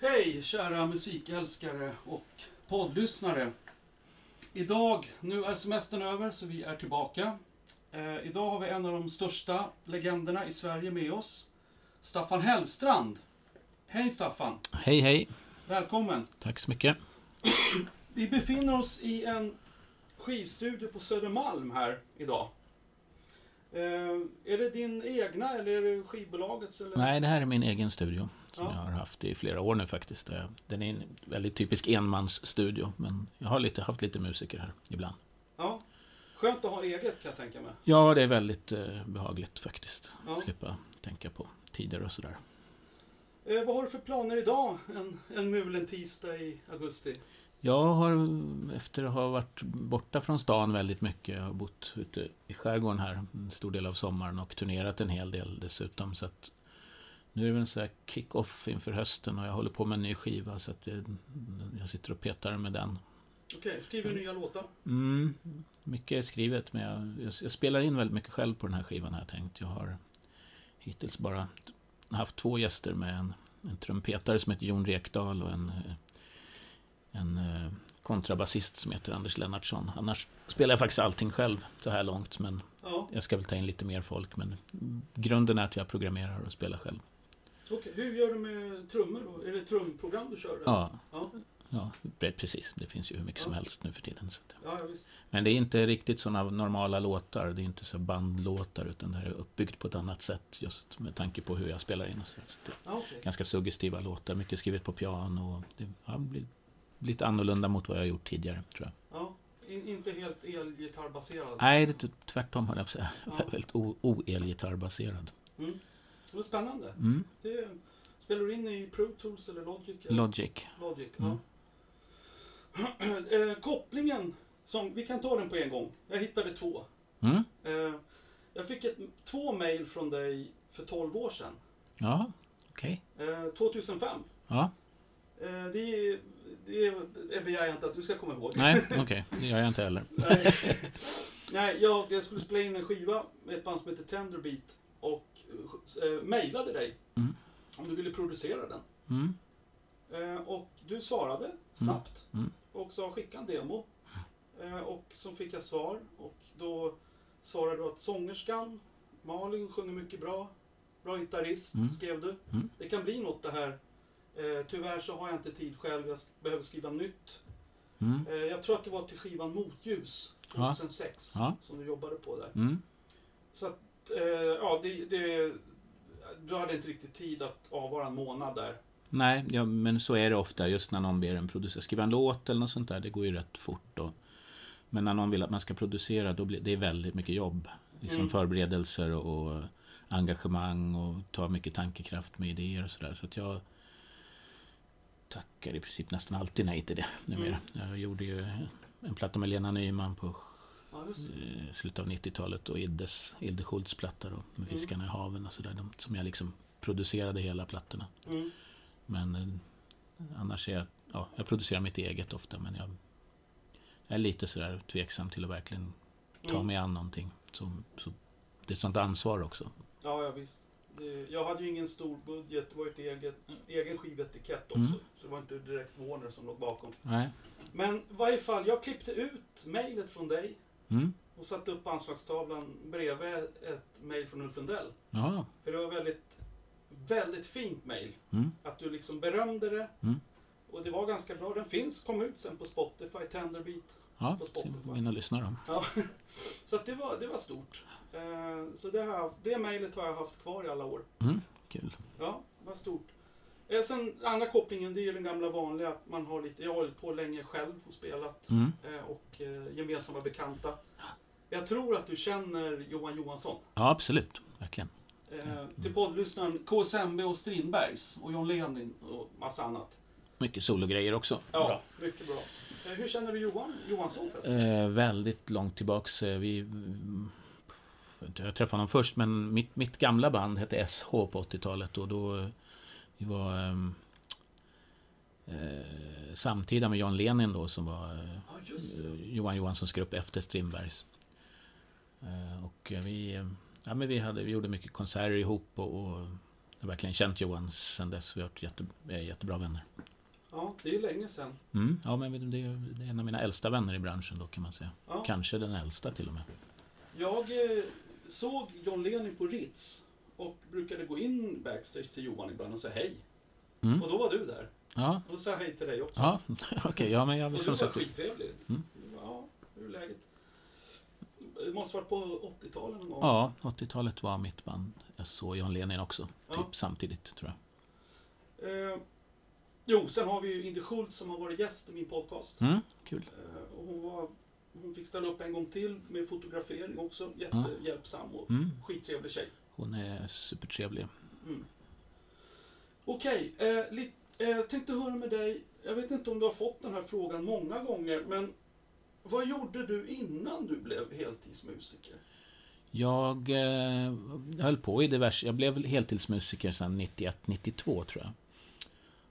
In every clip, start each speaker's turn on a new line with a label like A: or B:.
A: Hej kära musikälskare och poddlyssnare. Idag, nu är semestern över så vi är tillbaka. Eh, idag har vi en av de största legenderna i Sverige med oss. Staffan Hellstrand. Hej Staffan,
B: Hej hej,
A: välkommen.
B: tack så mycket.
A: Vi befinner oss i en skivstudio på Södermalm här idag. Eh, är det din egna eller är det skivbolagets? Eller?
B: Nej, det här är min egen studio som
A: Ja.
B: jag har haft i flera år nu faktiskt. Eh, Den är en väldigt typisk enmansstudio, men jag har lite, haft lite musiker här ibland.
A: Ja. Skönt att ha eget kan jag tänka mig.
B: Ja, det är väldigt eh, behagligt faktiskt.
A: Ja.
B: Slippa tänka på tider och sådär.
A: Eh, vad har du för planer idag? En, en mulen tisdag i augusti.
B: Jag har mm, efter att ha varit borta från stan väldigt mycket, jag har bott ute i skärgården här en stor del av sommaren och turnerat en hel del dessutom. Så att nu är det väl en sån här kick-off inför hösten och jag håller på med en ny skiva så att jag, jag sitter och petar med den.
A: Okej, skriver nya låtar.
B: Mm, mycket är skrivet men jag, jag, jag spelar in väldigt mycket själv på den här skivan har jag tänkt. Jag har hittills bara haft två gäster med en, en trumpetare som heter Jon Rekdal och en, eh, en eh, kontrabasist som heter Anders Lennartsson. Annars spelar jag faktiskt allting själv så här långt men
A: Ja,
B: jag ska väl ta in lite mer folk men grunden är att jag programmerar och spelar själv.
A: okej. Hur gör du med trummor då? Är det trumprogram du kör? eller?
B: Ja,
A: Ja,
B: ja pre- precis. Det finns ju hur mycket som
A: Ja.
B: helst nu för tiden. Så att,
A: ja ja, visst.
B: Men det är inte riktigt sådana normala låtar. Det är inte så bandlåtar utan det här är uppbyggt på ett annat sätt just med tanke på hur jag spelar in och så. så det är
A: Ja, okej.
B: ganska suggestiva låtar, mycket skrivet på piano. och Det har blivit lite annorlunda mot vad jag har gjort tidigare tror jag.
A: Ja. In, inte helt elgitarrbaserad.
B: Nej, det är typ tvärtom höll jag på att säga. Jag
A: Ja.
B: är väldigt o- o-elgitarrbaserad.
A: Mm. Det var spännande.
B: Mm.
A: Det, spelar du in i Pro Tools eller Logic? Eller?
B: Logic.
A: Logic,
B: Mm.
A: ja. eh, kopplingen, som, vi kan ta den på en gång. Jag hittade två.
B: Mm.
A: Eh, jag fick ett, två mejl från dig för 12 år sedan.
B: Ja, okej.
A: Eh, 2005.
B: Ja,
A: Eh, det, är- det är- begär jag inte att du ska komma ihåg.
B: nej, okej. Det gör jag inte heller.
A: Nej. Nej, jag, jag skulle spela in en skiva med ett band som heter Tenderbeat och eh, mejlade dig
B: Mm.
A: om du ville producera den.
B: Mm.
A: Eh, och du svarade snabbt
B: Mm.
A: och sa skicka en demo. Eh, och så fick jag svar och då svarade du att sångerskan Malin sjunger mycket bra. Bra gitarrist
B: Mm.
A: skrev du.
B: Mm.
A: Det kan bli något det här. Eh, tyvärr så har jag inte tid själv. Jag sk- behöver skriva nytt.
B: Mm.
A: Eh, jag tror att det var till skivan Motljus
B: Ja.
A: 2006
B: Ja.
A: som du jobbade på där.
B: Mm.
A: Så att, eh, ja, det, det, du hade inte riktigt tid att avvara en månad där.
B: Nej, ja, men så är det ofta just när någon ber en producera skriva en låt eller något sånt där. Det går ju rätt fort. Och, men när någon vill att man ska producera, då blir det är väldigt mycket jobb. Liksom
A: Mm.
B: Förberedelser och, och engagemang och ta mycket tankekraft med idéer och sådär. Så att jag tackar i princip nästan alltid nej till det numera.
A: Mm.
B: Jag gjorde ju en platta med Lena Nyman på
A: Ja, just det.
B: eh, slutet av 90-talet och Iddes, Idde Schultz platta då, med
A: Mm.
B: Fiskarna i haven och sådär. de- Som jag liksom producerade hela plattorna.
A: Mm.
B: Men eh, annars är jag, ja, jag producerar mitt eget ofta men jag är lite sådär tveksam till att verkligen ta
A: Mm.
B: mig an någonting. Som, så, det är ett sånt ansvar också.
A: Ja, ja visst. Det, jag hade ju ingen stor budget, det var ju ett eget, egen skivetikett också.
B: Mm.
A: Så det var inte direkt Warner som låg bakom.
B: Nej.
A: Men i varje fall, jag klippte ut mejlet från dig
B: Mm.
A: och satte upp anslagstavlan bredvid ett mejl från Ulf Lundell.
B: Ja.
A: För det var väldigt, väldigt fint mejl.
B: Mm.
A: Att du liksom berömde det.
B: Mm.
A: Och det var ganska bra. Den finns, kom ut sen på Spotify, Tenderbeat.
B: Ja,
A: På Spotify.
B: se, in och lyssna då.
A: Så att det, var, det var stort. Eh, så det, här, det mejlet har jag haft kvar i alla år.
B: Mm. Kul.
A: Ja, vad stort. Eh, sen andra kopplingen, det är ju den gamla vanliga. att Man har lite, jag har hållit på länge själv och spelat.
B: Mm.
A: Eh, och eh, gemensamma bekanta. Jag tror att du känner Johan Johansson.
B: Ja, absolut. Verkligen.
A: Eh, till poddlyssnaren KSMB och Strindbergs och John Lenin och massa annat.
B: Mycket sologrejer också.
A: Ja,
B: Bra.
A: mycket bra. Eh, hur känner du Johan Johansson förresten?
B: Eh, väldigt långt tillbaks. eh, Vi, mm, jag träffade honom först, men mitt, mitt gamla band hette SH på 80-talet och då eh, vi var ehm, eh, samtida med John Lenin då som var eh,
A: Ja, just det.
B: eh, Johan Johanssons grupp efter Strindbergs. Eh, och eh, vi, eh, ja, men vi, hade, vi gjorde mycket konserter ihop och, och jag har verkligen känt Johan sen dess. Vi har varit jätte, vi är jättebra vänner.
A: Ja, det är ju länge sedan.
B: Mm, ja, men det är ju det är en av mina äldsta vänner i branschen då kan man säga.
A: Ja.
B: Kanske den äldsta till och med.
A: Jag eh, såg John Lennon på Ritz och brukade gå in backstage till Johan ibland och säga hej.
B: Mm.
A: Och då var du där.
B: Ja,
A: Och då sa jag hej till dig också.
B: ja liksom okej. ja, men jag
A: och
B: vill
A: du var
B: som sagt...
A: skittrevlig.
B: Mm.
A: Ja, hur är läget? Det måste varit på 80-talet någon gång.
B: Ja, 80-talet var mitt band. Jag såg John Lenin också.
A: Ja.
B: Typ samtidigt tror jag.
A: Eh, jo, sen har vi ju Indy Schultz som har varit gäst i min podcast.
B: Mm, kul.
A: Eh, och hon, var, hon fick ställa upp en gång till med fotografering också. Jättehjälpsam och
B: Mm,
A: skittrevlig tjej.
B: hon är supertrevlig.
A: Mm. Okej, eh, li- eh, tänkte höra med dig. Jag vet inte om du har fått den här frågan många gånger, men vad gjorde du innan du blev heltidsmusiker?
B: Jag eh, höll på i diverse... Jag blev väl heltidsmusiker sedan 91-92 tror jag.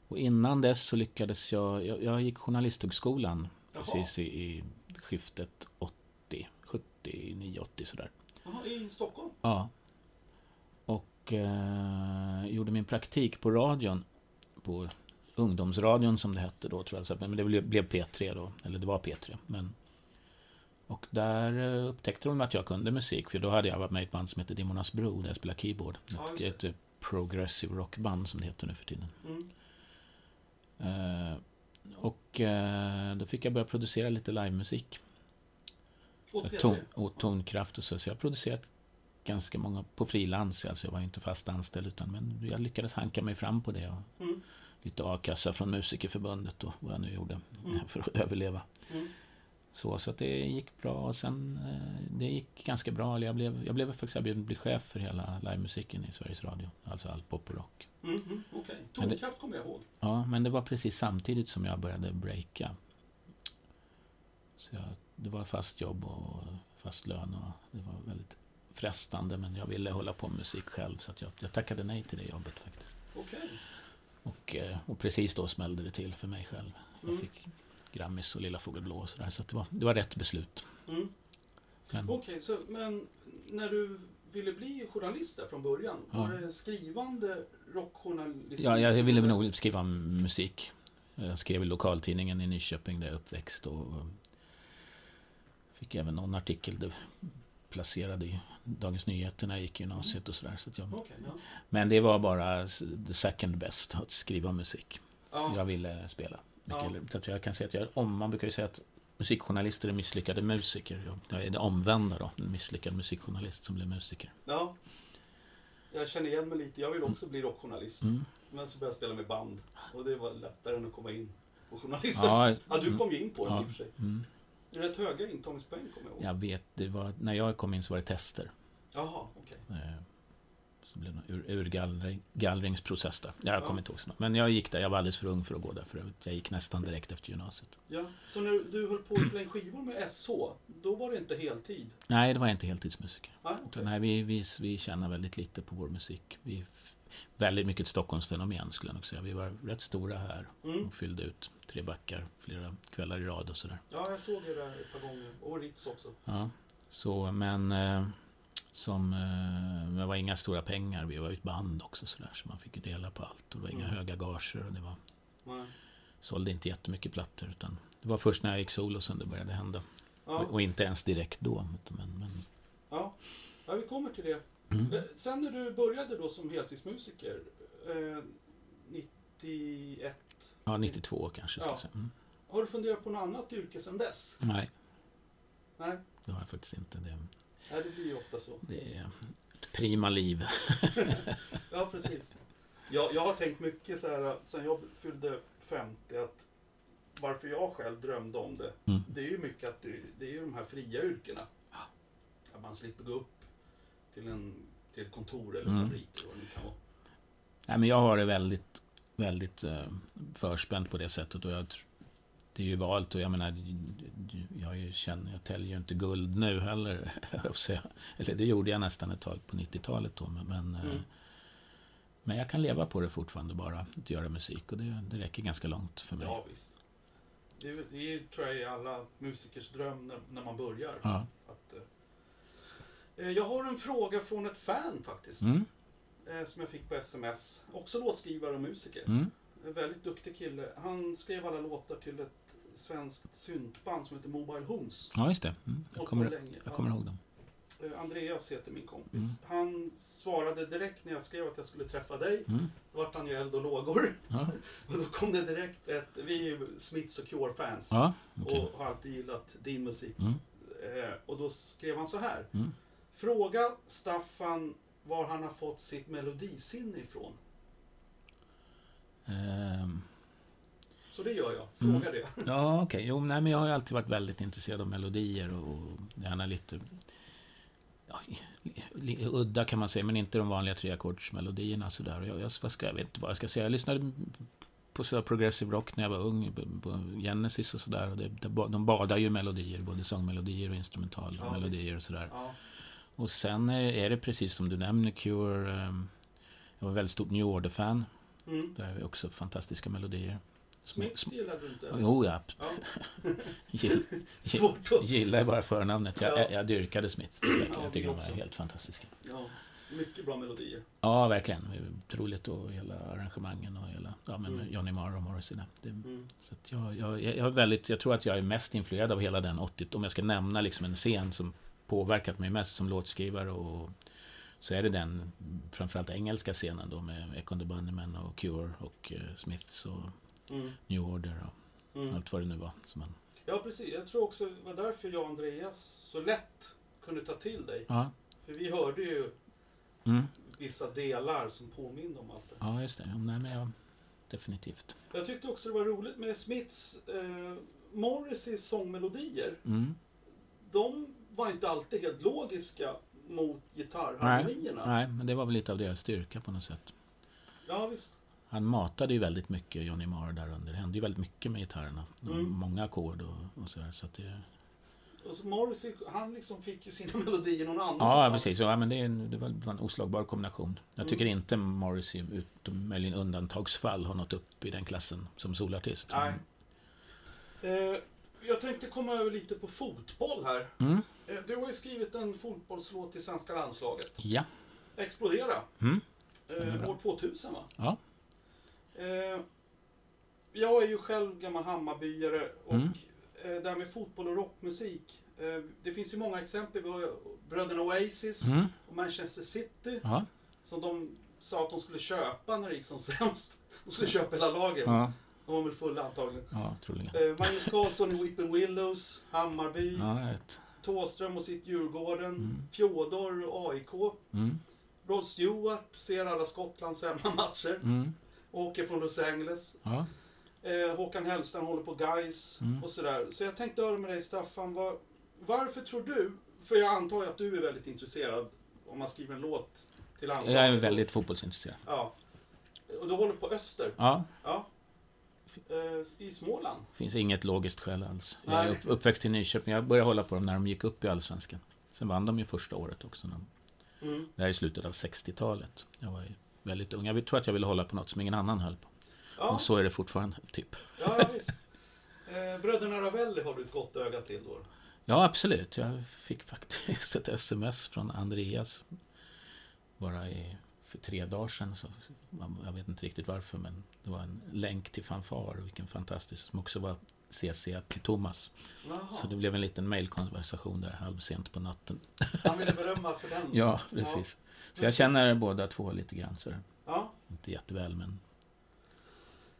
B: Och innan dess så lyckades jag... Jag, jag gick Journalisthögskolan
A: Jaha.
B: precis i, i skiftet 80, 79-80 sådär.
A: Jaha, i Stockholm?
B: Ja. Och eh, gjorde min praktik på radion. På ungdomsradion som det hette då tror jag. Så att- Men det blev, blev P3 då. Eller det var P3. Men, och där eh, upptäckte de att jag kunde musik. För då hade jag varit med i ett band som hette Dimmornas Bro. Där jag spelade keyboard.
A: Ja, just
B: Ett,
A: det.
B: ett eh, progressive rockband som det heter nu för tiden.
A: Mm.
B: Eh, och eh, då fick jag börja producera lite livemusik.
A: Och
B: Så
A: P3?
B: ton, och tonkraft och så. Så jag har producerat ganska många på frilans. Alltså jag var ju inte fast anställd utan men jag lyckades hanka mig fram på det. Och
A: Mm.
B: lite a-kassa från Musikerförbundet och vad jag nu gjorde
A: Mm.
B: för att överleva.
A: Mm.
B: Så, så att det gick bra och sen eh, det gick ganska bra. Eller Jag blev, jag blev faktiskt erbjuden att bli chef för hela livemusiken i Sveriges Radio. Alltså all pop och rock.
A: Mm. Mm. Okej, tonkraft kommer jag ihåg.
B: Ja, men det var precis samtidigt som jag började breaka. Så jag, det var fast jobb och fast lön och det var väldigt frestande men jag ville hålla på med musik själv så att jag, jag tackade nej till det jobbet faktiskt.
A: Okej.
B: Och, eh, och precis då smällde det till för mig själv. Jag
A: Mm.
B: fick Grammis och Lilla Fågel Blå och sådär så att det, var, det var rätt beslut.
A: Mm.
B: Men,
A: Okej, så, men när du ville bli journalist där från början,
B: Ja.
A: var det skrivande rockjournalist?
B: ja, jag ville nog skriva musik. Jag skrev i lokaltidningen i Nyköping där jag är uppväxt och eh, fick även någon artikel där placerad i Dagens Nyheter när jag gick i gymnasiet och sådär. Så att jag,
A: Okej, ja.
B: men det var bara the second best, att skriva musik.
A: Ja.
B: Jag ville spela.
A: Ja.
B: Mycket. Så att jag kan säga att jag, om, man brukar ju säga att musikjournalister är misslyckade musiker. Jag, jag är det omvända då, en misslyckad musikjournalist som blir musiker.
A: ja. Jag känner igen mig lite. Jag vill också bli rockjournalist.
B: Mm.
A: Men så började jag spela med band och det var lättare än att komma in på journalisten. Ja,
B: Ja,
A: du kom ju in på den i
B: Ja.
A: och för sig.
B: Mm.
A: Det är rätt höga intagningspoäng kommer jag ihåg.
B: Jag vet, det var, när jag kom in så var det tester.
A: Jaha, okej.
B: Eh, Så blev det någon ur, urgallring, gallringsprocess där. Ja, jag
A: Ja.
B: kommer inte ihåg så Men jag gick där, jag var alldeles för ung för att gå där för övrigt. Jag gick nästan direkt efter gymnasiet.
A: Ja. Så när du höll på att spela in skivor med SH, då var det inte heltid?
B: Nej, det var jag inte heltidsmusiker.
A: Ja,
B: Utan
A: okej.
B: nej, vi, vi, vi tjänar väldigt lite på vår musik. Vi, f- väldigt mycket ett Stockholmsfenomen skulle jag nog säga. Vi var rätt stora här
A: Mm.
B: och fyllde ut tre backar flera kvällar i rad och sådär.
A: Ja, jag såg er där ett par gånger. Och Ritz också.
B: Ja, så men eh, som, eh, men det var inga stora pengar. Vi var ju ett band också sådär så man fick ju dela på allt och det var inga
A: Mm.
B: höga gager och det var
A: Nej.
B: sålde inte jättemycket plattor. Utan det var först när jag gick solo som det började hända.
A: Ja.
B: Och, och inte ens direkt då. utan Men, men,
A: Ja. ja, vi kommer till det.
B: Mm.
A: Eh, Sen när du började då som heltidsmusiker, eh, 91,
B: ja, 92 kanske. Ska
A: Ja.
B: jag säga. Mm.
A: har du funderat på något annat yrke sedan dess?
B: Nej,
A: Nej,
B: det har jag faktiskt inte. Det,
A: Nej det blir ju ofta så.
B: det är ett prima liv.
A: Ja, precis. Jag, jag har tänkt mycket så här sen jag fyllde 50 att varför jag själv drömde om det,
B: Mm.
A: det är ju mycket att det, det är ju de här fria yrkena. Att man slipper gå upp till, en, till ett kontor eller
B: Mm.
A: fabrik eller vad det nu kan vara.
B: Nej, men jag har det väldigt, väldigt eh, förspänt på det sättet. Och jag, tr- det är ju valt och jag menar, jag, är ju, känner, jag täljer ju inte guld nu heller. höll jag på att säga. Eller det gjorde jag nästan ett tag på 90-talet då. Men, men, eh,
A: Mm.
B: men jag kan leva på det fortfarande bara, att göra musik. Och det, det räcker ganska långt för mig.
A: Ja, visst. Det, är- det är, tror jag är alla musikers dröm när, när man börjar.
B: Ja.
A: Att, eh, jag har en fråga från ett fan faktiskt,
B: Mm,
A: eh, som jag fick på sms. Också låtskrivare och musiker.
B: mm.
A: en väldigt duktig kille. Han skrev alla låtar till ett svenskt syntband som heter Mobile Homes.
B: Ja, just det. Mm. Jag,
A: Hållt på
B: kommer,
A: länge.
B: jag kommer ihåg Mm. dem.
A: Ja. Eh, Andreas heter min kompis. Han svarade direkt när jag skrev att jag skulle träffa dig.
B: Mm.
A: Då vart han ju eld och lågor.
B: Ja,
A: Och då kom det direkt ett... Vi är ju Smiths och Cure-fans.
B: ja okej.
A: Och har alltid gillat din musik.
B: Mm.
A: Eh, och då skrev han så här.
B: Mm.
A: Fråga Staffan var han har fått sitt melodisinne ifrån.
B: Ehm,
A: Så det gör jag. Fråga
B: Mm.
A: det.
B: Ja, okej. Jo, nej, men jag har ju alltid varit väldigt intresserad av melodier och gärna lite ja, li- li- udda kan man säga, men inte de vanliga treackordsmelodierna sådär. Och Jag, jag, vad ska, jag vet inte vad jag ska säga. Jag lyssnade på sådär progressive rock när jag var ung, på- på Genesis och sådär. Och det, det, ba- de badar ju i melodier, både sångmelodier och instrumentalmelodier
A: Ja,
B: melodier och sådär.
A: Ja.
B: Och sen eh, är det precis som du nämner, Cure. ehm, Jag var väldigt stort New Order-fan.
A: Mm.
B: Där är det också fantastiska melodier. Små-
A: Smiths
B: små-
A: gillar du inte?
B: Jo, ja,
A: Ja.
B: Gill, gill,
A: Svårt att...
B: gillar ju bara förnamnet. Jag,
A: Ja.
B: jag, jag dyrkade Smith.
A: Ja,
B: Verkligen. Jag tycker
A: jag
B: de
A: också.
B: är helt fantastiska.
A: Ja. Mycket bra melodier.
B: Ja, verkligen. Otroligt och hela arrangemangen och hela ja, men
A: Mm.
B: Johnny Marr och Morrissey. där. Det,
A: Mm.
B: så att jag, jag, jag, är väldigt, jag tror att jag är mest influerad av hela den 80 Om jag ska nämna liksom en scen som påverkat mig mest som låtskrivare och så är det den framförallt engelska scenen då med Echo and the Bunnymen och Cure och eh, Smiths och
A: Mm.
B: New Order och
A: Mm.
B: allt vad det nu var. Som man,
A: Ja, precis. Jag tror också det var därför jag och Andreas så lätt kunde ta till dig.
B: ja.
A: För vi hörde ju
B: Mm.
A: vissa delar som påminner om allt det
B: Ja, just det. Ja, Nej, men jag, definitivt.
A: Jag tyckte också det var roligt med Smiths, eh, Morrisseys sångmelodier.
B: Mm.
A: De var inte alltid helt logiska mot gitarrharmonierna.
B: Nej, men det var väl lite av deras styrka på något sätt.
A: Ja, visst.
B: Han matade ju väldigt mycket, Johnny Marr, där under. Det hände ju väldigt mycket med gitarrerna. Och
A: Mm.
B: Många ackord och, och sådär. Så att det,
A: Och så Morrissey, han liksom fick ju sina melodier någon annanstans.
B: ja, precis. Ja, men det, är en- det var en oslagbar kombination.
A: Mm.
B: Jag tycker inte Morrissey, utom möjligen undantagsfall, har nått upp i den klassen som solartist.
A: Nej. Eh, jag tänkte komma över lite på fotboll här.
B: Mm.
A: Eh, du har ju skrivit en fotbollslåt till svenska landslaget.
B: Ja.
A: Explodera.
B: Mm. Stämmer
A: Eh,
B: bra.
A: år 2000 va?
B: Ja.
A: Eh, jag är ju själv gammal Hammarbyare och
B: Mm.
A: eh, det här med fotboll och rockmusik. Eh, det finns ju många exempel. Vi har ju bröderna Oasis
B: Mm.
A: och Manchester City
B: Ja.
A: som de sa att de skulle köpa när det gick som sämst. De skulle köpa hela laget.
B: Ja.
A: De var väl fulla antagligen.
B: ja, troligen.
A: Eh, Magnus Carlsson i Weeping Willows, Hammarby,
B: Ja, jag vet.
A: Thåström och sitt Djurgården,
B: Mm.
A: Fjodor och AIK.
B: Mm.
A: Rod Stewart ser alla Skottlands hemmamatcher.
B: Mm.
A: Åker från Los Angeles.
B: Ja.
A: Eh, Håkan Hellström håller på Guys
B: Mm.
A: och sådär. Så jag tänkte höra med dig Staffan, vad, varför tror du, för jag antar ju att du är väldigt intresserad om man skriver en låt till landslaget.
B: Jag är väldigt fotbollsintresserad.
A: Ja. Och du håller på Öster,
B: Ja,
A: ja. Eh, I Småland.
B: finns inget logiskt skäl alls. Jag är
A: Nej.
B: upp, uppväxt i Nyköping. Jag började hålla på dem när de gick upp i Allsvenskan. Sen vann de ju första året också. när de-
A: Mm.
B: Det här är i slutet av 60-talet. Jag var ju väldigt ung. Jag tror att jag ville hålla på något som ingen annan höll på.
A: Ja,
B: Och så är det fortfarande, typ.
A: ja ja, visst. Eh, Bröderna Ravelli har du ett gott öga till då.
B: Ja, absolut. Jag fick faktiskt ett sms från Andreas bara i, för tre dagar sedan. Så, man- jag vet inte riktigt varför, men det var en länk till Fanfar. Vilken fantastisk, som också var CC till Thomas. Så
A: Jaha,
B: det blev en liten mejlkonversation där halvsent på natten.
A: han ville berömma för den.
B: Ja, precis. Så jag känner båda två lite grann sådär.
A: Ja.
B: Inte jätteväl, men...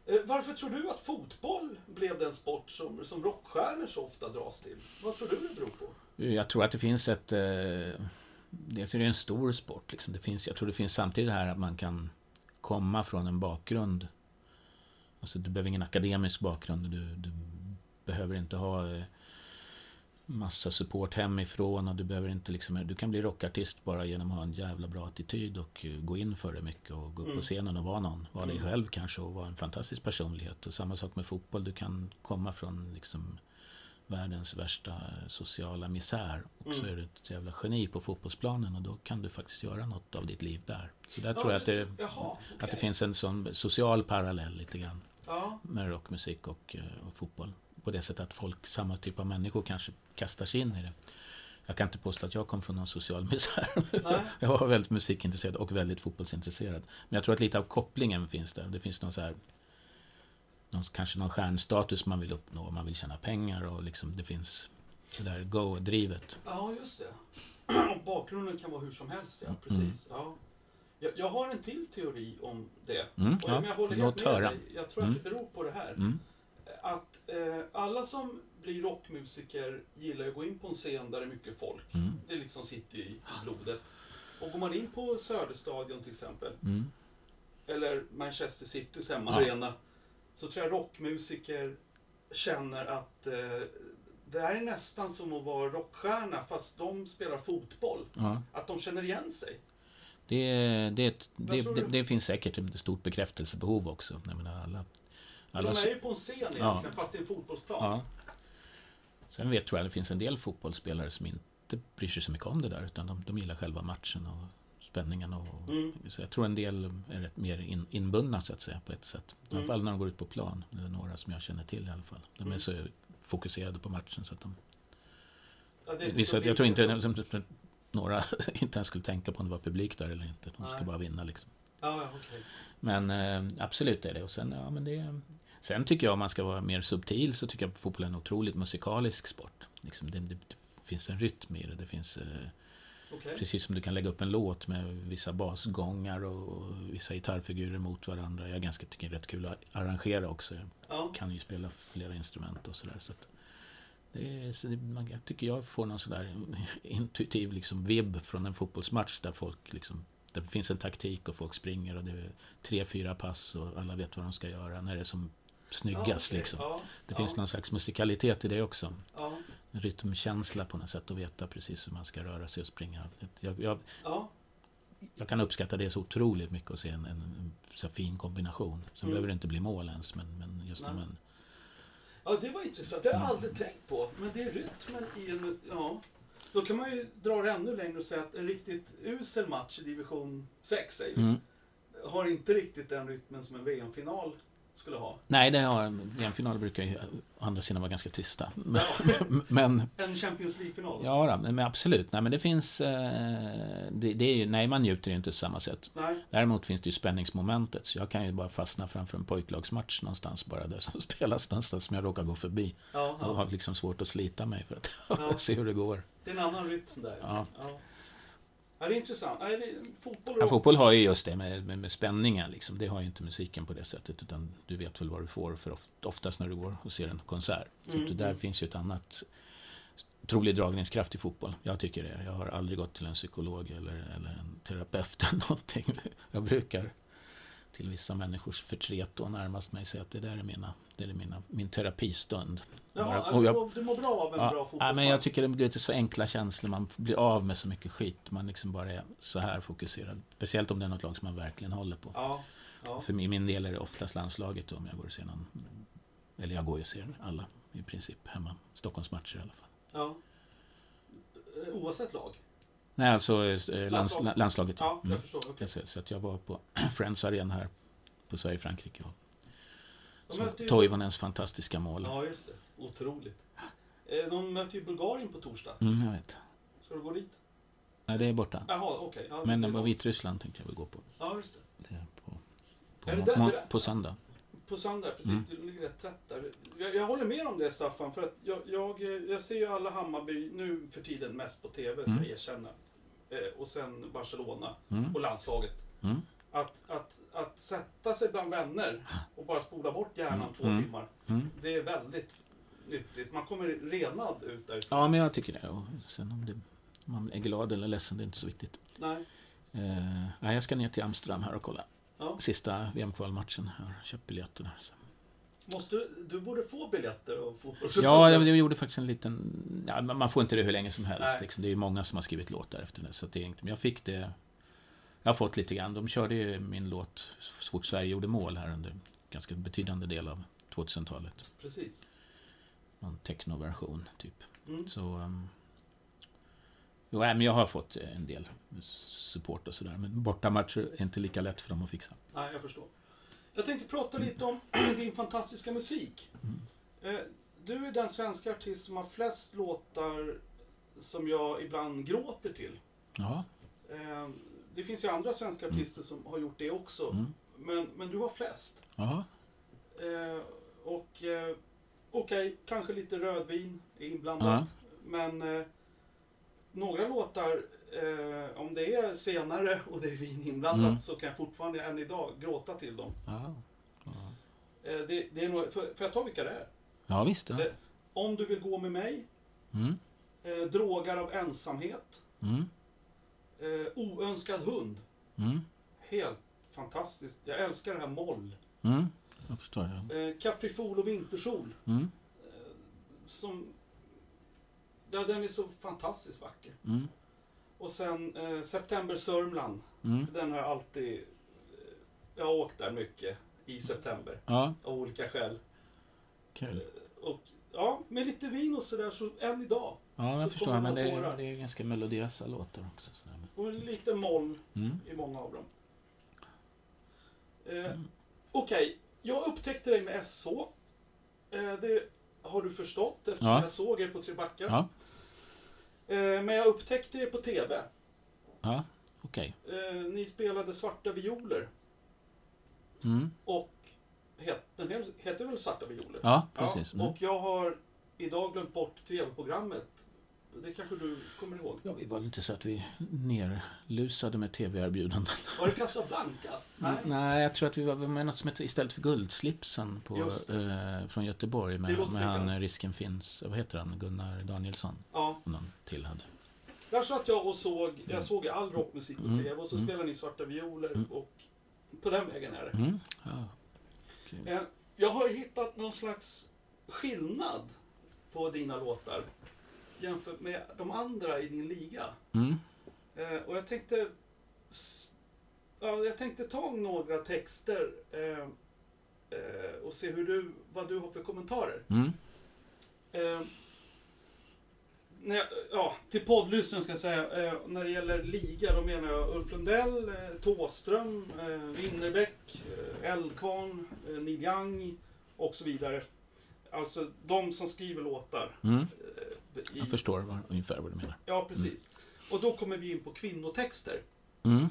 A: Eh, Varför tror du att fotboll blev den sport som, som rockstjärnor så ofta dras till? Vad tror du det beror på?
B: Jag tror att det finns ett... Eh, dels är det en stor sport. Liksom. Det finns, jag tror det finns samtidigt här att man kan komma från en bakgrund. Alltså du behöver ingen akademisk bakgrund. Du, du behöver inte ha eh, massa support hemifrån. Och du, behöver inte liksom, du kan bli rockartist bara genom att ha en jävla bra attityd och eh, gå in för det mycket och gå upp
A: Mm.
B: på scenen och vara någon. Vara dig
A: Mm.
B: själv kanske och vara en fantastisk personlighet. Och samma sak med fotboll. Du kan komma från liksom, världens värsta sociala misär. Och så
A: Mm.
B: är du ett jävla geni på fotbollsplanen och då kan du faktiskt göra något av ditt liv där. Så där
A: Ja,
B: tror jag att det,
A: du- Jaha, okej.
B: att det finns en sån social parallell lite grann
A: Ja,
B: med rockmusik och, eh, och fotboll. På det sättet att folk, samma typ av människor kanske kastar sig in i det. Jag kan inte påstå att jag kom från någon social misär.
A: nej.
B: Jag var väldigt musikintresserad och väldigt fotbollsintresserad. Men jag tror att lite av kopplingen finns där. Det finns någon så här någon, kanske någon stjärnstatus man vill uppnå, man vill tjäna pengar och liksom det finns det där go-drivet.
A: Ja, just det. Och bakgrunden kan vara hur som helst, ja.
B: Mm.
A: Precis. Ja. Jag, jag har en till teori om det.
B: Mm,
A: Och jag, men jag
B: ja,
A: håller
B: låt
A: helt med
B: höra.
A: dig. Jag tror att
B: Mm.
A: det beror på det här.
B: Mm,
A: Att eh, alla som blir rockmusiker gillar ju att gå in på en scen där det är mycket folk.
B: mm,
A: Det liksom sitter ju i blodet. Och går man in på Söderstadion till exempel,
B: mm.
A: eller Manchester Citys
B: Ja.
A: hemmaarena, så tror jag rockmusiker känner att eh, det här är nästan som att vara rockstjärna fast de spelar fotboll.
B: Ja,
A: Att de känner igen sig.
B: det, är- det, är ett-
A: Vad
B: det,
A: tror
B: det,
A: du?
B: det finns säkert ett stort bekräftelsebehov också. Jag menar alla, alla
A: de är ju på en scen egentligen
B: Ja.
A: fast det är en fotbollsplan.
B: Ja. Sen vet tror jag det finns en del fotbollsspelare som inte bryr sig så mycket om det där utan de, de gillar själva matchen och spänningen. Och,
A: Mm.
B: så jag tror en del är rätt mer in, inbundna så att säga på ett sätt. I alla
A: Mm.
B: fall när de går ut på plan. Det är några som jag känner till i alla fall. De är
A: Mm.
B: så fokuserade på matchen så att de...
A: Ja, det är typ inte
B: Vissa,
A: så
B: jag tror
A: viktigt
B: inte
A: som-
B: som, som, några inte ens skulle tänka på om det var publik där eller inte. De ska
A: Nej.
B: bara vinna liksom.
A: Ja, ja, okej.
B: Men eh, absolut är det. Och sen, ja, men det sen tycker jag om man ska vara mer subtil så tycker jag att fotboll är en otroligt musikalisk sport. Liksom det, det finns en rytm i det. det finns, eh,
A: Okej.
B: precis som du kan lägga upp en låt med vissa basgångar och, och vissa gitarrfigurer mot varandra. Jag ganska tycker det är rätt kul att arrangera också. Jag
A: Ja.
B: kan ju spela flera instrument och sådär. Så att det, är- så det, man, jag tycker jag får någon sådär intuitiv liksom vibb från en fotbollsmatch där folk liksom där det finns en taktik och folk springer och det är tre, fyra pass och alla vet vad de ska göra när det är som snyggast.
A: Ja, okej.
B: liksom.
A: Ja,
B: Det
A: ja,
B: finns någon slags musikalitet i det också.
A: Ja,
B: En rytmkänsla på något sätt och veta precis hur man ska röra sig och springa. Jag, jag,
A: ja,
B: jag kan uppskatta det så otroligt mycket och se en, en, en så här fin kombination. Sen
A: Mm.
B: behöver det inte bli mål ens, men, men just när
A: Nej.
B: man...
A: ja, det var intressant. Det har jag
B: Mm.
A: aldrig tänkt på. Men det är rytmen i en... Ja. Då kan man ju dra det ännu längre och säga att en riktigt usel match i division 6 säger vi,
B: Mm.
A: har inte riktigt den rytmen som en VM-final skulle ha.
B: Nej, det har, VM-finaler brukar ju å andra sidan vara ganska trista. Men,
A: Ja,
B: men
A: en Champions League-final.
B: ja, då, men absolut. Nej, men det finns... Eh, det, det är ju, nej, man njuter ju inte på samma sätt.
A: Nej,
B: Däremot finns det ju spänningsmomentet. Så jag kan ju bara fastna framför en pojklagsmatch någonstans bara där som spelas någonstans som jag råkar gå förbi.
A: ja,
B: Och
A: ja.
B: har liksom svårt att slita mig för att
A: Ja.
B: se hur det går.
A: det är en annan rytm där.
B: Ja.
A: Ja. Ja, det är intressant. Nej, det, fotboll
B: Ja, fotboll har ju just det med, med, med spänningen. Liksom. Det har ju inte musiken på det sättet. Utan du vet väl vad du får för of- oftast när du går och ser en konsert. Så
A: Mm,
B: att typ det där
A: mm.
B: finns ju ett annat otrolig dragningskraft i fotboll. Jag tycker det. Jag har aldrig gått till en psykolog eller, eller en terapeut eller någonting. Jag brukar till vissa människors förtret och närmast mig säga att det där är, mina, det är mina, min terapistund.
A: Jaha,
B: Och jag-
A: du, mår, du mår bra av en bra
B: ja,
A: fotbollsmatch.
B: men jag tycker det blir lite så enkla känslor. Man blir av med så mycket skit. Man liksom bara är så här fokuserad. Speciellt om det är något lag som man verkligen håller på.
A: Ja, ja.
B: För min min del är det oftast landslaget då, om jag går och ser någon. Eller jag går ju och ser alla i princip hemma. Stockholmsmatcher i alla fall.
A: ja. Eh, Oavsett lag?
B: Nej, alltså eh, lands,
A: Landslag.
B: landslaget.
A: Ja, jag
B: Mm.
A: förstår. okej.
B: Jag ser- Så att jag var på Friends Arena här på Sverige-Frankrike. och
A: De
B: såg
A: möter ju-
B: Toivonens fantastiska mål.
A: Ja, just det. Otroligt. Eh, De möter ju Bulgarien på torsdag.
B: Mm, jag vet.
A: Ska du gå dit?
B: Nej, det är borta.
A: Jaha, okej. Ja,
B: Men
A: det
B: det
A: är
B: var
A: långt.
B: Vitryssland tänkte jag väl gå på.
A: Ja, just det.
B: Det är på, på,
A: Är det
B: må-
A: där-
B: må-
A: det där?
B: på söndag.
A: På söndag, precis.
B: Mm.
A: Du ligger rätt tätt där. Jag, jag håller med om det, Staffan. För att jag, jag, eh, jag ser ju alla Hammarby nu för tiden mest på TV, ska
B: Mm.
A: jag erkänna. Eh, Och sen Barcelona
B: Mm.
A: och landslaget.
B: Mm.
A: Att, att, att sätta sig bland vänner och bara spola bort hjärnan
B: Mm.
A: två
B: Mm.
A: timmar.
B: Mm.
A: Det är väldigt nyttigt. Man kommer renad ut därifrån.
B: Ja, men jag tycker det. Och sen om det, om man är glad eller ledsen, det är inte så viktigt.
A: Nej.
B: Eh, nej, jag ska ner till Amsterdam här och kolla.
A: Ja.
B: Sista VM-kvalmatchen. Jag har köpt biljetterna. Så.
A: Måste du, du borde få biljetter av
B: Ja,
A: fotbollsförbundet.
B: jag, jag gjorde faktiskt en liten... Ja, men man får inte det hur länge som helst.
A: Nej.
B: Liksom. Det är ju många som har skrivit låtar efter det. Så att det är inte, men jag fick det... Jag har fått lite grann. De körde ju min låt så fort Sverige gjorde mål här under ganska betydande del av 2000-talet.
A: Precis.
B: Någon technoversion, typ.
A: Mm.
B: Så... ehm, jo, nej, men jag har fått en del support och sådär. Men bortamatcher är inte lika lätt för dem att fixa.
A: Nej, jag förstår. Jag tänkte prata lite om din fantastiska musik.
B: Mm.
A: Eh, Du är den svenska artist som har flest låtar som jag ibland gråter till.
B: Ja.
A: Eh, Det finns ju andra svenska artister som har gjort det också.
B: Mm.
A: Men, men du har flest.
B: Ja.
A: Eh, okej, kanske lite rödvin är inblandat. Men eh, några låtar, eh, om det är senare och det är vin inblandat
B: Mm.
A: så kan jag fortfarande än idag gråta till dem.
B: Ja,
A: Eh, det, det är nog, för, för jag tar vilka det är.
B: ja visst. Ja.
A: Det- Om du vill gå med mig,
B: Mm.
A: eh, Drogar av ensamhet,
B: Mm.
A: eh, Oönskad hund.
B: Mm.
A: Helt fantastiskt. Jag älskar det här moll.
B: Mm. Jag förstår. Ja.
A: Eh, Caprifol och vintersol.
B: Mm.
A: Som... Ja, den är så fantastiskt vacker.
B: Mm.
A: Och sen eh, September Sörmland.
B: Mm.
A: Den har jag alltid... eh, Jag har åkt där mycket i september.
B: Ja,
A: Av olika skäl.
B: kul.
A: Och ja, med lite vin och sådär så än idag.
B: Ja, jag
A: Så kommer
B: förstår.
A: man
B: Men det
A: tårar.
B: är, det är ganska melodiösa låtar också. Så där.
A: Och lite moll
B: Mm.
A: i många av dem. Eh,
B: Mm.
A: Okej, jag upptäckte dig med SH. Eh, det har du förstått eftersom
B: Ja.
A: jag såg er på Tre Backar.
B: Ja,
A: Eh, men jag upptäckte er på TV.
B: ja. okej.
A: Eh, ni spelade Svarta Violer.
B: Mm.
A: Och het, den he- heter väl Svarta Violer?
B: Ja, precis. Mm.
A: och jag har idag glömt bort TV-programmet. Det kanske du kommer ihåg.
B: Ja, vi var väl inte så att vi nerlusade med tv-erbjudanden.
A: Var det Casablanca? Nej.
B: Nej, jag tror att vi var med något som hette istället för Guldslipsen på,
A: Just
B: eh, från Göteborg
A: Det
B: med,
A: låter
B: med han
A: bekant.
B: eh, Risken finns, vad heter han, Gunnar Danielsson
A: Ja,
B: och någon till hade.
A: där satt jag och såg, jag såg all rockmusik på
B: Mm.
A: TV och så
B: Mm.
A: spelade ni Svarta Violer
B: Mm.
A: och på den vägen är det.
B: Mm, ja.
A: Eh, Jag har hittat någon slags skillnad på dina låtar jämfört med de andra i din liga.
B: mm,
A: Eh, och jag tänkte... s- Ja, jag tänkte ta några texter eh, eh, och se hur du, vad du har för kommentarer.
B: mm,
A: Eh, när jag, ja, till poddlyssnaren ska jag säga, eh, när det gäller liga då menar jag Ulf Lundell, eh, Thåström, eh, Winnerbäck, eh, Eldkvarn, eh, Neil Young och så vidare. Alltså de som skriver låtar.
B: mm.
A: eh,
B: Jag
A: I,
B: förstår var, ungefär vad du menar.
A: ja, precis. Och då kommer vi in på kvinnotexter.
B: Mm,